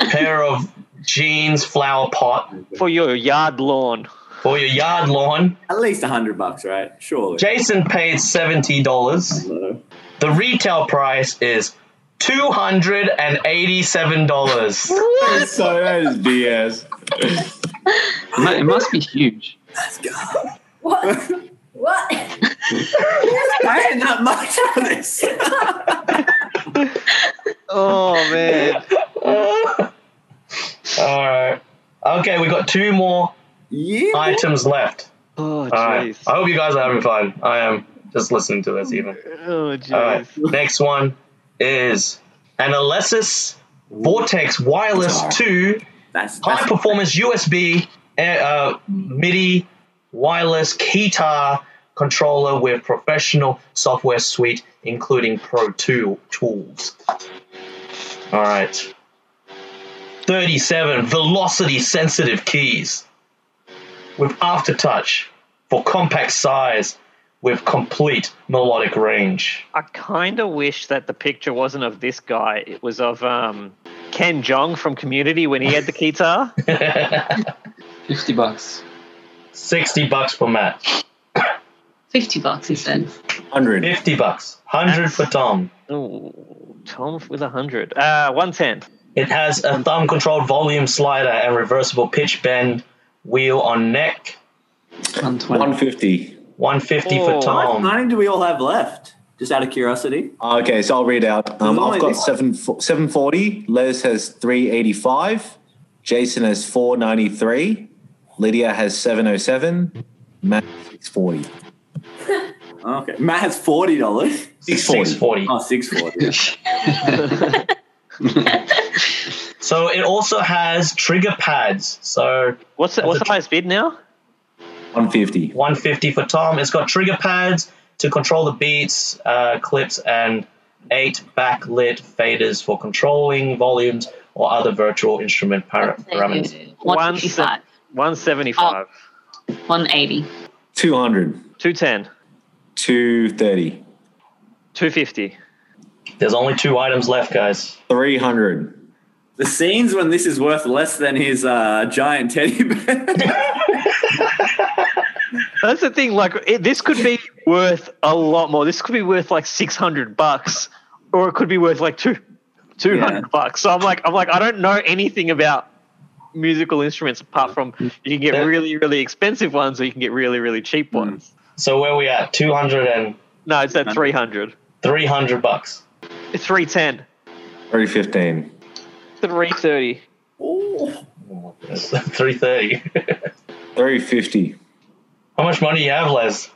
S2: pair of jeans flower pot
S5: for your yard lawn.
S2: for your yard lawn.
S3: At least a hundred bucks, right? Surely.
S2: Jason paid $70.
S3: Hello.
S2: The retail price is $287.
S1: so that is BS.
S7: It mu- it must be huge.
S9: What? what?
S3: Paying that much for this?
S5: Oh man.
S2: All right. Okay, we got two more
S3: yeah.
S2: items left.
S5: Oh
S2: All right.
S5: jeez.
S2: I hope you guys are having fun. I am just listening to this even.
S5: Oh
S2: All right.
S5: jeez.
S2: Next one is an Alesis Vortex Wireless 2
S3: That's,
S2: high
S3: that's
S2: performance USB uh, uh, MIDI wireless guitar controller with professional software suite, including Pro Tool tools. All right. 37 velocity sensitive keys with aftertouch for compact size with complete melodic range.
S5: I kind of wish that the picture wasn't of this guy. It was of um, Ken Jong from Community when he had the guitar.
S7: 50 bucks.
S2: 60 bucks per match.
S4: Fifty bucks. He said.
S1: Hundred.
S2: 50 bucks. 100 for Tom.
S5: Ooh, Tom with a hundred. Uh, one ten.
S2: It has a thumb controlled volume slider and reversible pitch bend wheel on neck.
S7: 120.
S1: One fifty.
S2: 150
S5: Oh.
S2: for
S3: how much
S2: Tom.
S3: money do we all have left? Just out of curiosity.
S1: Okay, so I'll read out. Um, I've got seven seven forty. Les has three eighty five. Jason has four ninety three. Lydia has seven oh seven. Matt six forty.
S3: Okay. Matt has forty dollars.
S1: Six
S2: 640.
S3: Oh, six forty.
S2: So it also has trigger pads. So
S5: What's the, what's the highest bid now?
S1: One fifty.
S2: 150 for Tom. It's got trigger pads to control the beats, uh, clips, and eight backlit faders for controlling volumes or other virtual instrument para- parameters.
S4: One fifty-five.
S5: One seventy five.
S4: One eighty.
S1: Two hundred.
S5: Two ten.
S1: two thirty.
S5: Two fifty.
S2: There's only two items left, guys.
S1: Three hundred.
S3: The scenes when this is worth less than his uh, giant teddy bear.
S5: That's the thing. Like it, this could be worth a lot more. This could be worth like six hundred bucks, or it could be worth like two two hundred
S3: Yeah.
S5: bucks. So I'm like, I'm like, I don't know anything about musical instruments apart from you can get
S2: Yeah.
S5: really, really expensive ones, or you can get really, really cheap ones.
S2: So where we at? 200 and
S5: No, it's at three Hmm. hundred.
S2: 300 bucks.
S5: Three ten.
S1: Three fifteen.
S5: Three thirty.
S2: It's 330.
S1: Three fifty.
S2: How much money you have, Les?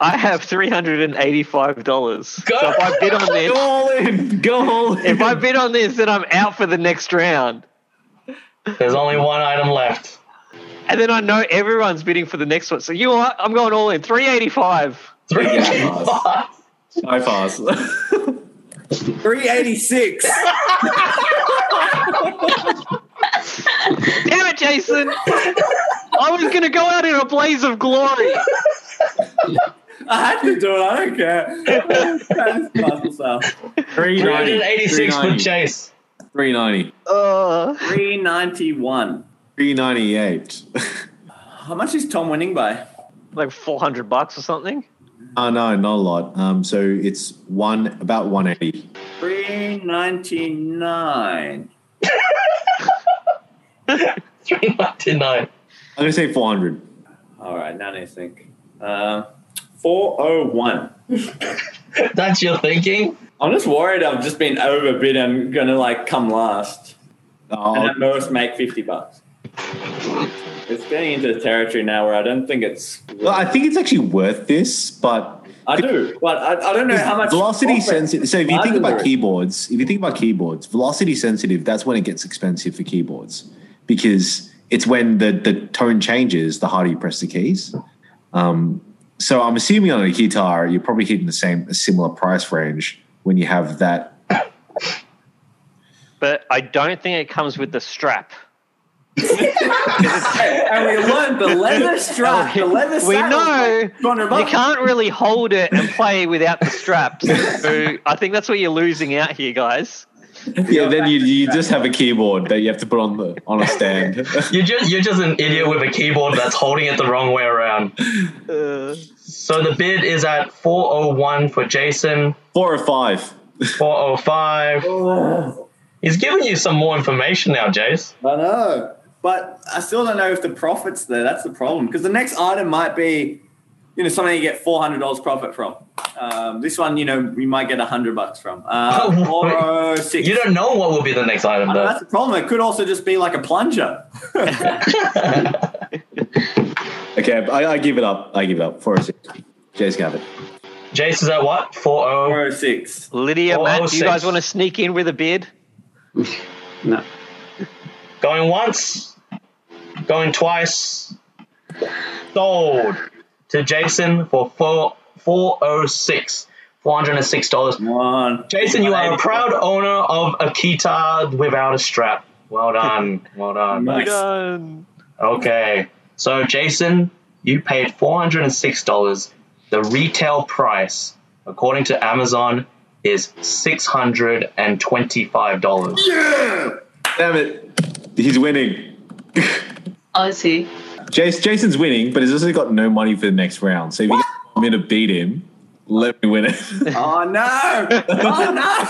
S5: I have three hundred and eighty-five dollars. So
S2: Go-
S5: if I bid on
S1: Go
S5: this,
S1: all in. Go all in.
S5: if I bid on this, then I'm out for the next round.
S2: There's only one item left.
S5: And then I know everyone's bidding for the next one. So you know what? I'm going all in. Three eighty-five.
S2: Three.
S1: so fast.
S3: 386.
S5: Damn it, Jason! I was gonna go out in a blaze of glory.
S3: I had to do it. I don't care. That's muscle stuff.
S1: Three ninety.
S2: 386 for Chase.
S1: Three ninety.
S5: Uh,
S3: 391.
S1: Three ninety eight.
S3: How much is Tom winning by?
S5: like four hundred bucks or something.
S1: Oh no, not a lot. Um, so it's one about one eighty.
S3: 399.
S2: 399.
S1: I'm gonna say four hundred.
S3: All right, now I need to think. Uh, 401.
S2: That's your thinking?
S3: I'm just worried I've just been overbid and going to like come last and
S1: Oh,
S3: at most make 50 bucks. It's getting into the territory now where I don't think it's.
S1: well, I think it's actually worth this, but
S3: I do, but I, I don't know how much.
S1: velocity
S3: profit
S1: sensitive. So if you think
S3: margin there
S1: about
S3: is.
S1: keyboards, if you think about keyboards, velocity sensitive, that's when it gets expensive for keyboards because it's when the the tone changes the harder you press the keys. Um, so I'm assuming on a guitar you're probably hitting the same a similar price range when you have that.
S5: But I don't think it comes with the strap.
S3: and we learned the leather strap, the leather
S5: We
S3: saddle,
S5: know
S3: two hundred
S5: you
S3: bucks.
S5: can't really hold it and play without the straps. So I think that's where you're losing out here, guys.
S1: Yeah, then you you just have a keyboard that you have to put on the on a stand.
S2: You're just, you're just an idiot with a keyboard that's holding it the wrong way around.
S5: Uh,
S2: So the bid is at 401 for Jason,
S1: Four or five.
S2: 405. He's giving you some more information now, Jace.
S3: I know, but I still don't know if the profit's there. That's the problem because the next item might be, you know, something you get four hundred dollars profit from. Um, this one, you know, we might get hundred bucks from.
S2: Oh,
S3: Uh,
S2: wait.
S3: Four oh six.
S2: You don't know what will be the next item,
S3: I know,
S2: though.
S3: that's the problem. It could also just be like a plunger.
S1: Okay, I, I give it up. I give it up. Four or six. Jay's got it.
S2: Jace is at what? 40.
S3: Four oh six.
S5: Lydia,
S2: Oh,
S5: Matt, do you
S2: 06.
S5: guys want to sneak in with a bid?
S7: No.
S2: Going once, going twice. Sold to Jason for four, 406. $406.
S3: Come on,
S2: Jason, you are a proud owner of a guitar without a strap. Well done. Well done.
S3: Nice.
S5: Done.
S2: Okay. So, Jason, you paid $406. The retail price, according to Amazon, is $625.
S1: Damn it. He's winning.
S4: Oh, Honestly,
S1: Jace, Jason's winning, but he's also got no money for the next round. So if you want me to beat him, let me win it.
S3: Oh no! Oh no!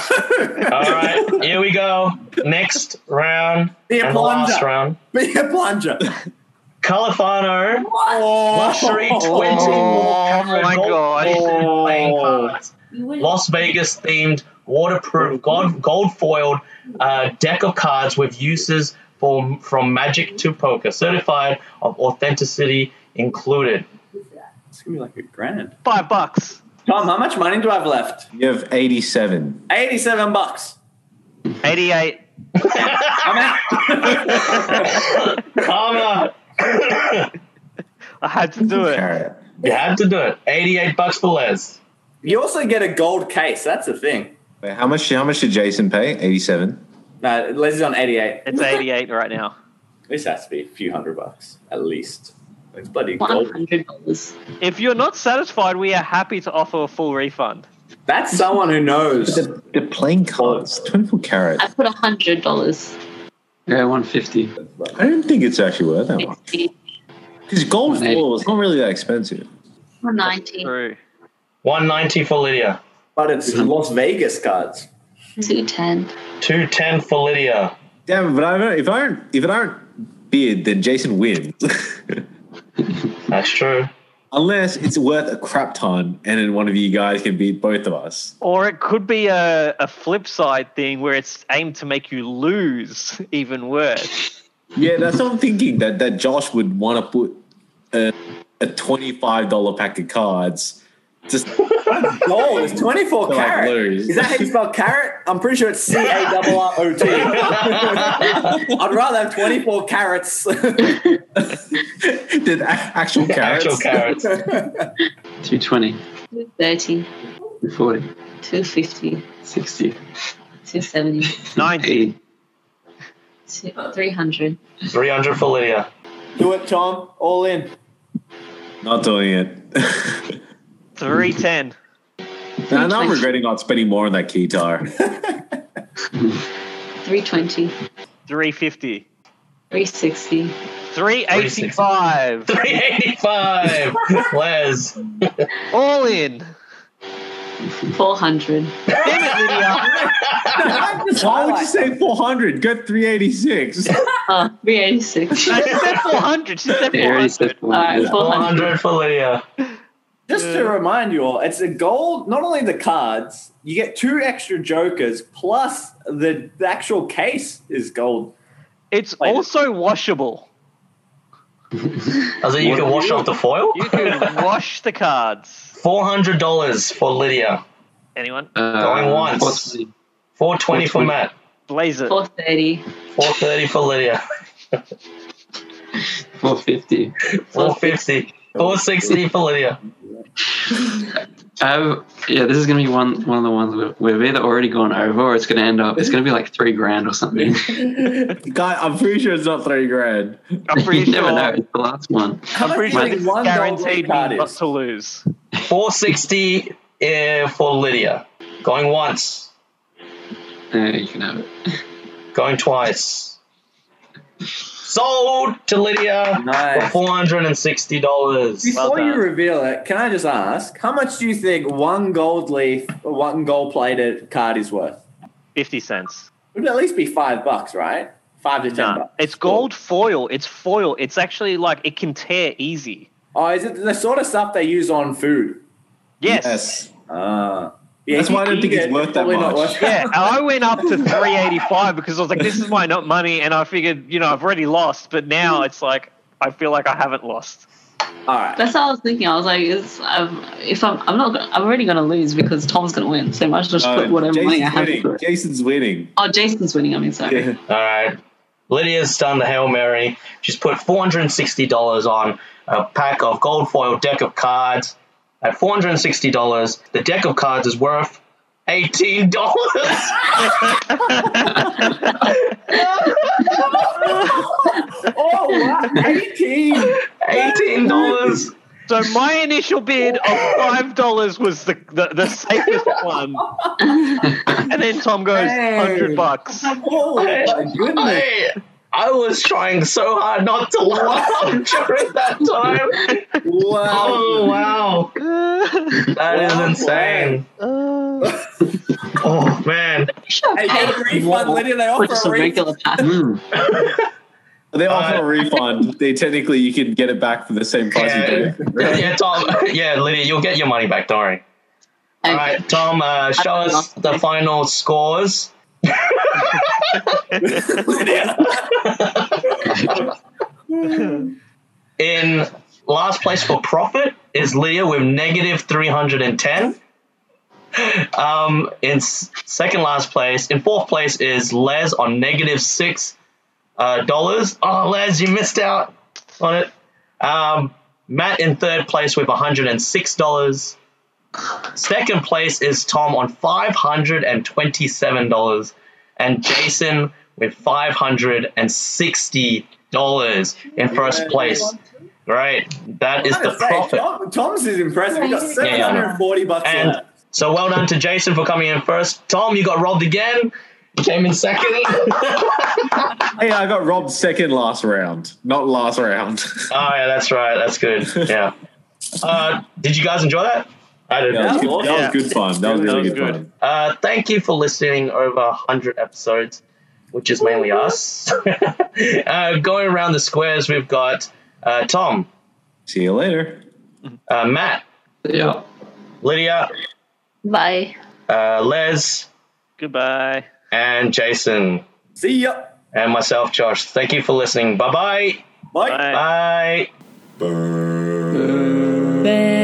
S2: All right, here we go. Next round
S3: Be a
S2: and the last
S3: plunger.
S2: round.
S3: Be a plunger.
S2: Califano luxury twenty
S5: Oh, my God.
S2: god! Playing cards.
S9: You win.
S2: Las Vegas themed waterproof gold, gold foiled uh, deck of cards with uses for, from magic to poker, certified of authenticity included.
S3: It's gonna be like a grand.
S5: Five bucks.
S3: Tom, how much money do I have left?
S1: you have 87.
S3: Eighty-seven bucks.
S5: 88.
S3: I'm out.
S2: Karma,
S5: I had to do it.
S1: Alright.
S2: you had to do it. Eighty-eight bucks for Les.
S3: you also get a gold case. That's the thing.
S1: Wait, how much how much did Jason pay? 87.
S3: No, Leslie's on eighty-eight.
S5: It's 88 right now.
S3: This has to be a few hundred bucks at least. It's bloody
S4: One
S2: Oh.
S3: gold.
S4: hundred dollars.
S5: If you're not satisfied, we are happy to offer a full refund.
S3: That's someone who knows.
S1: The, the playing cards, 24 carat.
S4: I put hundred dollars.
S7: Yeah, one fifty.
S1: I don't think it's actually worth that much. Because gold
S7: Maybe.
S1: foil is not really that expensive.
S4: One ninety.
S5: True.
S2: 190 for Lydia.
S3: But it's Las Vegas cards.
S4: Two ten.
S2: 210 for Lydia.
S1: Damn, but I don't, if I don't, if I don't bid, then Jason wins.
S2: That's true.
S1: Unless it's worth a crap ton, and then one of you guys can beat both of us.
S5: Or it could be a, a flip side thing where it's aimed to make you lose even worse.
S1: Yeah, that's what I'm thinking. That that Josh would want to put a, a twenty five dollar pack of cards. Just
S3: Gold is 24
S1: So, like,
S3: carat.
S1: lose.
S3: Is that how you spell carrot? I'm pretty sure it's C A double R O T. I'd rather have 24 carats.
S1: did a- actual carrots.
S2: Actual carrots.
S7: Two twenty.
S4: Two thirty.
S7: Two forty.
S4: Two fifty.
S7: Sixty.
S4: Two seventy.
S5: 90.
S7: Eighty.
S4: Three hundred.
S2: 300 for Lydia.
S3: Do it, Tom. All in.
S1: Not doing it.
S5: 310.
S1: and I'm regretting not spending more on that guitar.
S4: Three twenty.
S5: 350.
S4: Three sixty.
S5: 385.
S2: 385. Les.
S5: All in.
S4: Four hundred.
S5: Damn it, Lydia.
S1: Why would you say four hundred? Go three eighty six.
S4: Oh, 386.
S5: No, she said 400. She said
S7: Yeah, he said
S5: 400.
S4: All right,
S2: 400
S4: 400.
S2: for Lydia.
S3: Just to remind you all, it's a gold, not only the cards, you get two extra jokers, plus the, the actual case is gold.
S5: It's also washable.
S2: I was like, you can wash off the foil?
S5: You can wash the cards.
S2: $400 for Lydia.
S5: Anyone?
S7: Uh,
S2: Going once.
S7: 420.
S2: 420 for Matt.
S5: Blaze it.
S4: 430.
S2: 430 for Lydia.
S7: 450.
S2: 450. 460 for Lydia.
S7: Uh, yeah, this is going to be one one of the ones where we've either already gone over or it's going to end up. It's going to be like three grand or something.
S1: Guy, I'm pretty sure it's not three grand.
S5: I'm pretty
S7: you never know.
S5: sure.
S7: It's the last one.
S3: How
S5: I'm pretty
S3: much
S5: sure
S3: do you think
S5: this is
S3: one gold
S5: guaranteed
S3: card
S5: not
S3: is?
S5: to lose.
S2: 460 eh, for Lydia. Going once.
S7: Uh, you can have it.
S2: Going twice. Sold to Lydia
S3: Nice.
S2: for $460.
S3: Before you
S5: done.
S3: reveal it, can I just ask, how much do you think one gold leaf, or one gold plated card is worth?
S5: 50 cents.
S3: It would at least be five bucks, right? Five to ten
S5: No,
S3: bucks.
S5: it's gold foil. It's foil. It's actually like it can tear easy.
S3: Oh, is it the sort of stuff they use on food?
S5: Yes.
S3: Uh, yeah,
S1: That's
S3: if
S1: why I
S3: you
S1: don't think
S3: eat
S1: it's
S3: it,
S1: worth that
S3: probably not
S1: much.
S3: worth it.
S5: Yeah, and I went up to 385 because I was like, this is my not money. And I figured, you know, I've already lost, but now it's like, I feel like I haven't lost.
S3: All right.
S4: That's how I was thinking. I was like, it's, um, if I'm, I'm not, gonna, I'm already gonna lose because Tom's gonna win. So I might as well just
S1: No,
S4: put whatever money I
S1: Uh,
S4: have. into
S1: Oh, Jason's winning.
S4: it.
S1: Jason's winning.
S4: Oh, Jason's winning. I mean, sorry.
S1: Yeah.
S2: All right. Lydia's done the Hail Mary. She's put $460 on a pack of gold foil deck of cards. At $460, the deck of cards is worth $18.
S3: Oh, wow, 18.
S2: $18.
S5: So my initial bid of $5 was the, the, the safest one. And then Tom goes,
S3: Hey.
S5: 100 bucks.
S3: Oh, my goodness.
S2: I, I was trying so hard not to laugh during that time.
S3: Wow.
S2: Oh, wow.
S5: Uh,
S2: That is
S3: Wow.
S2: insane. Oh, man.
S3: Hey, get a refund, Lydia. They
S4: Or
S3: offer
S4: just
S3: a
S4: a
S3: refund.
S4: regular pack.
S7: Mm.
S1: They offer
S2: Uh,
S1: a refund. They technically you can get it back for the same price you
S2: Yeah,
S1: paid.
S2: yeah, Tom. Yeah, Lydia, you'll get your money back. Don't worry. All
S4: Okay.
S2: right, Tom, uh, show us the final scores. In last place for profit is Lydia with negative 310. Um, in s- second last place, in fourth place is Les on negative six uh, dollars. Oh, Les, you missed out on it. Um, Matt in third place with 106 dollars. Second place is Tom on five hundred and twenty-seven dollars, and Jason with five hundred and sixty dollars in first place. Right. That is
S3: I'm
S2: the
S3: gonna say,
S2: profit.
S3: Tom, Tom's is impressive. He got
S9: Yeah.
S3: 740 bucks on
S2: And
S3: it.
S2: so well done to Jason for coming in first. Tom, you got robbed again. You came in second. oh
S1: Hey, I got robbed second last round, not last round.
S5: Ah,
S2: yeah, that's right. That's good. Yeah. Uh, did you guys enjoy that? I did.
S3: Yeah.
S1: that, was good, that was good fun. That was
S5: That
S1: really
S5: was
S1: good,
S5: good.
S1: fun.
S2: Uh, thank you for listening over 100 episodes, which is mainly us. uh, going around the squares, we've got uh, Tom,
S1: See you later.
S2: uh, Matt,
S7: Yeah.
S2: Lydia,
S4: Bye.
S2: uh, Les,
S5: Goodbye.
S2: and Jason,
S3: See ya.
S2: and myself, Josh. Thank you for listening. Bye-bye.
S3: Bye.
S5: Bye.
S2: Bye.
S10: Bye.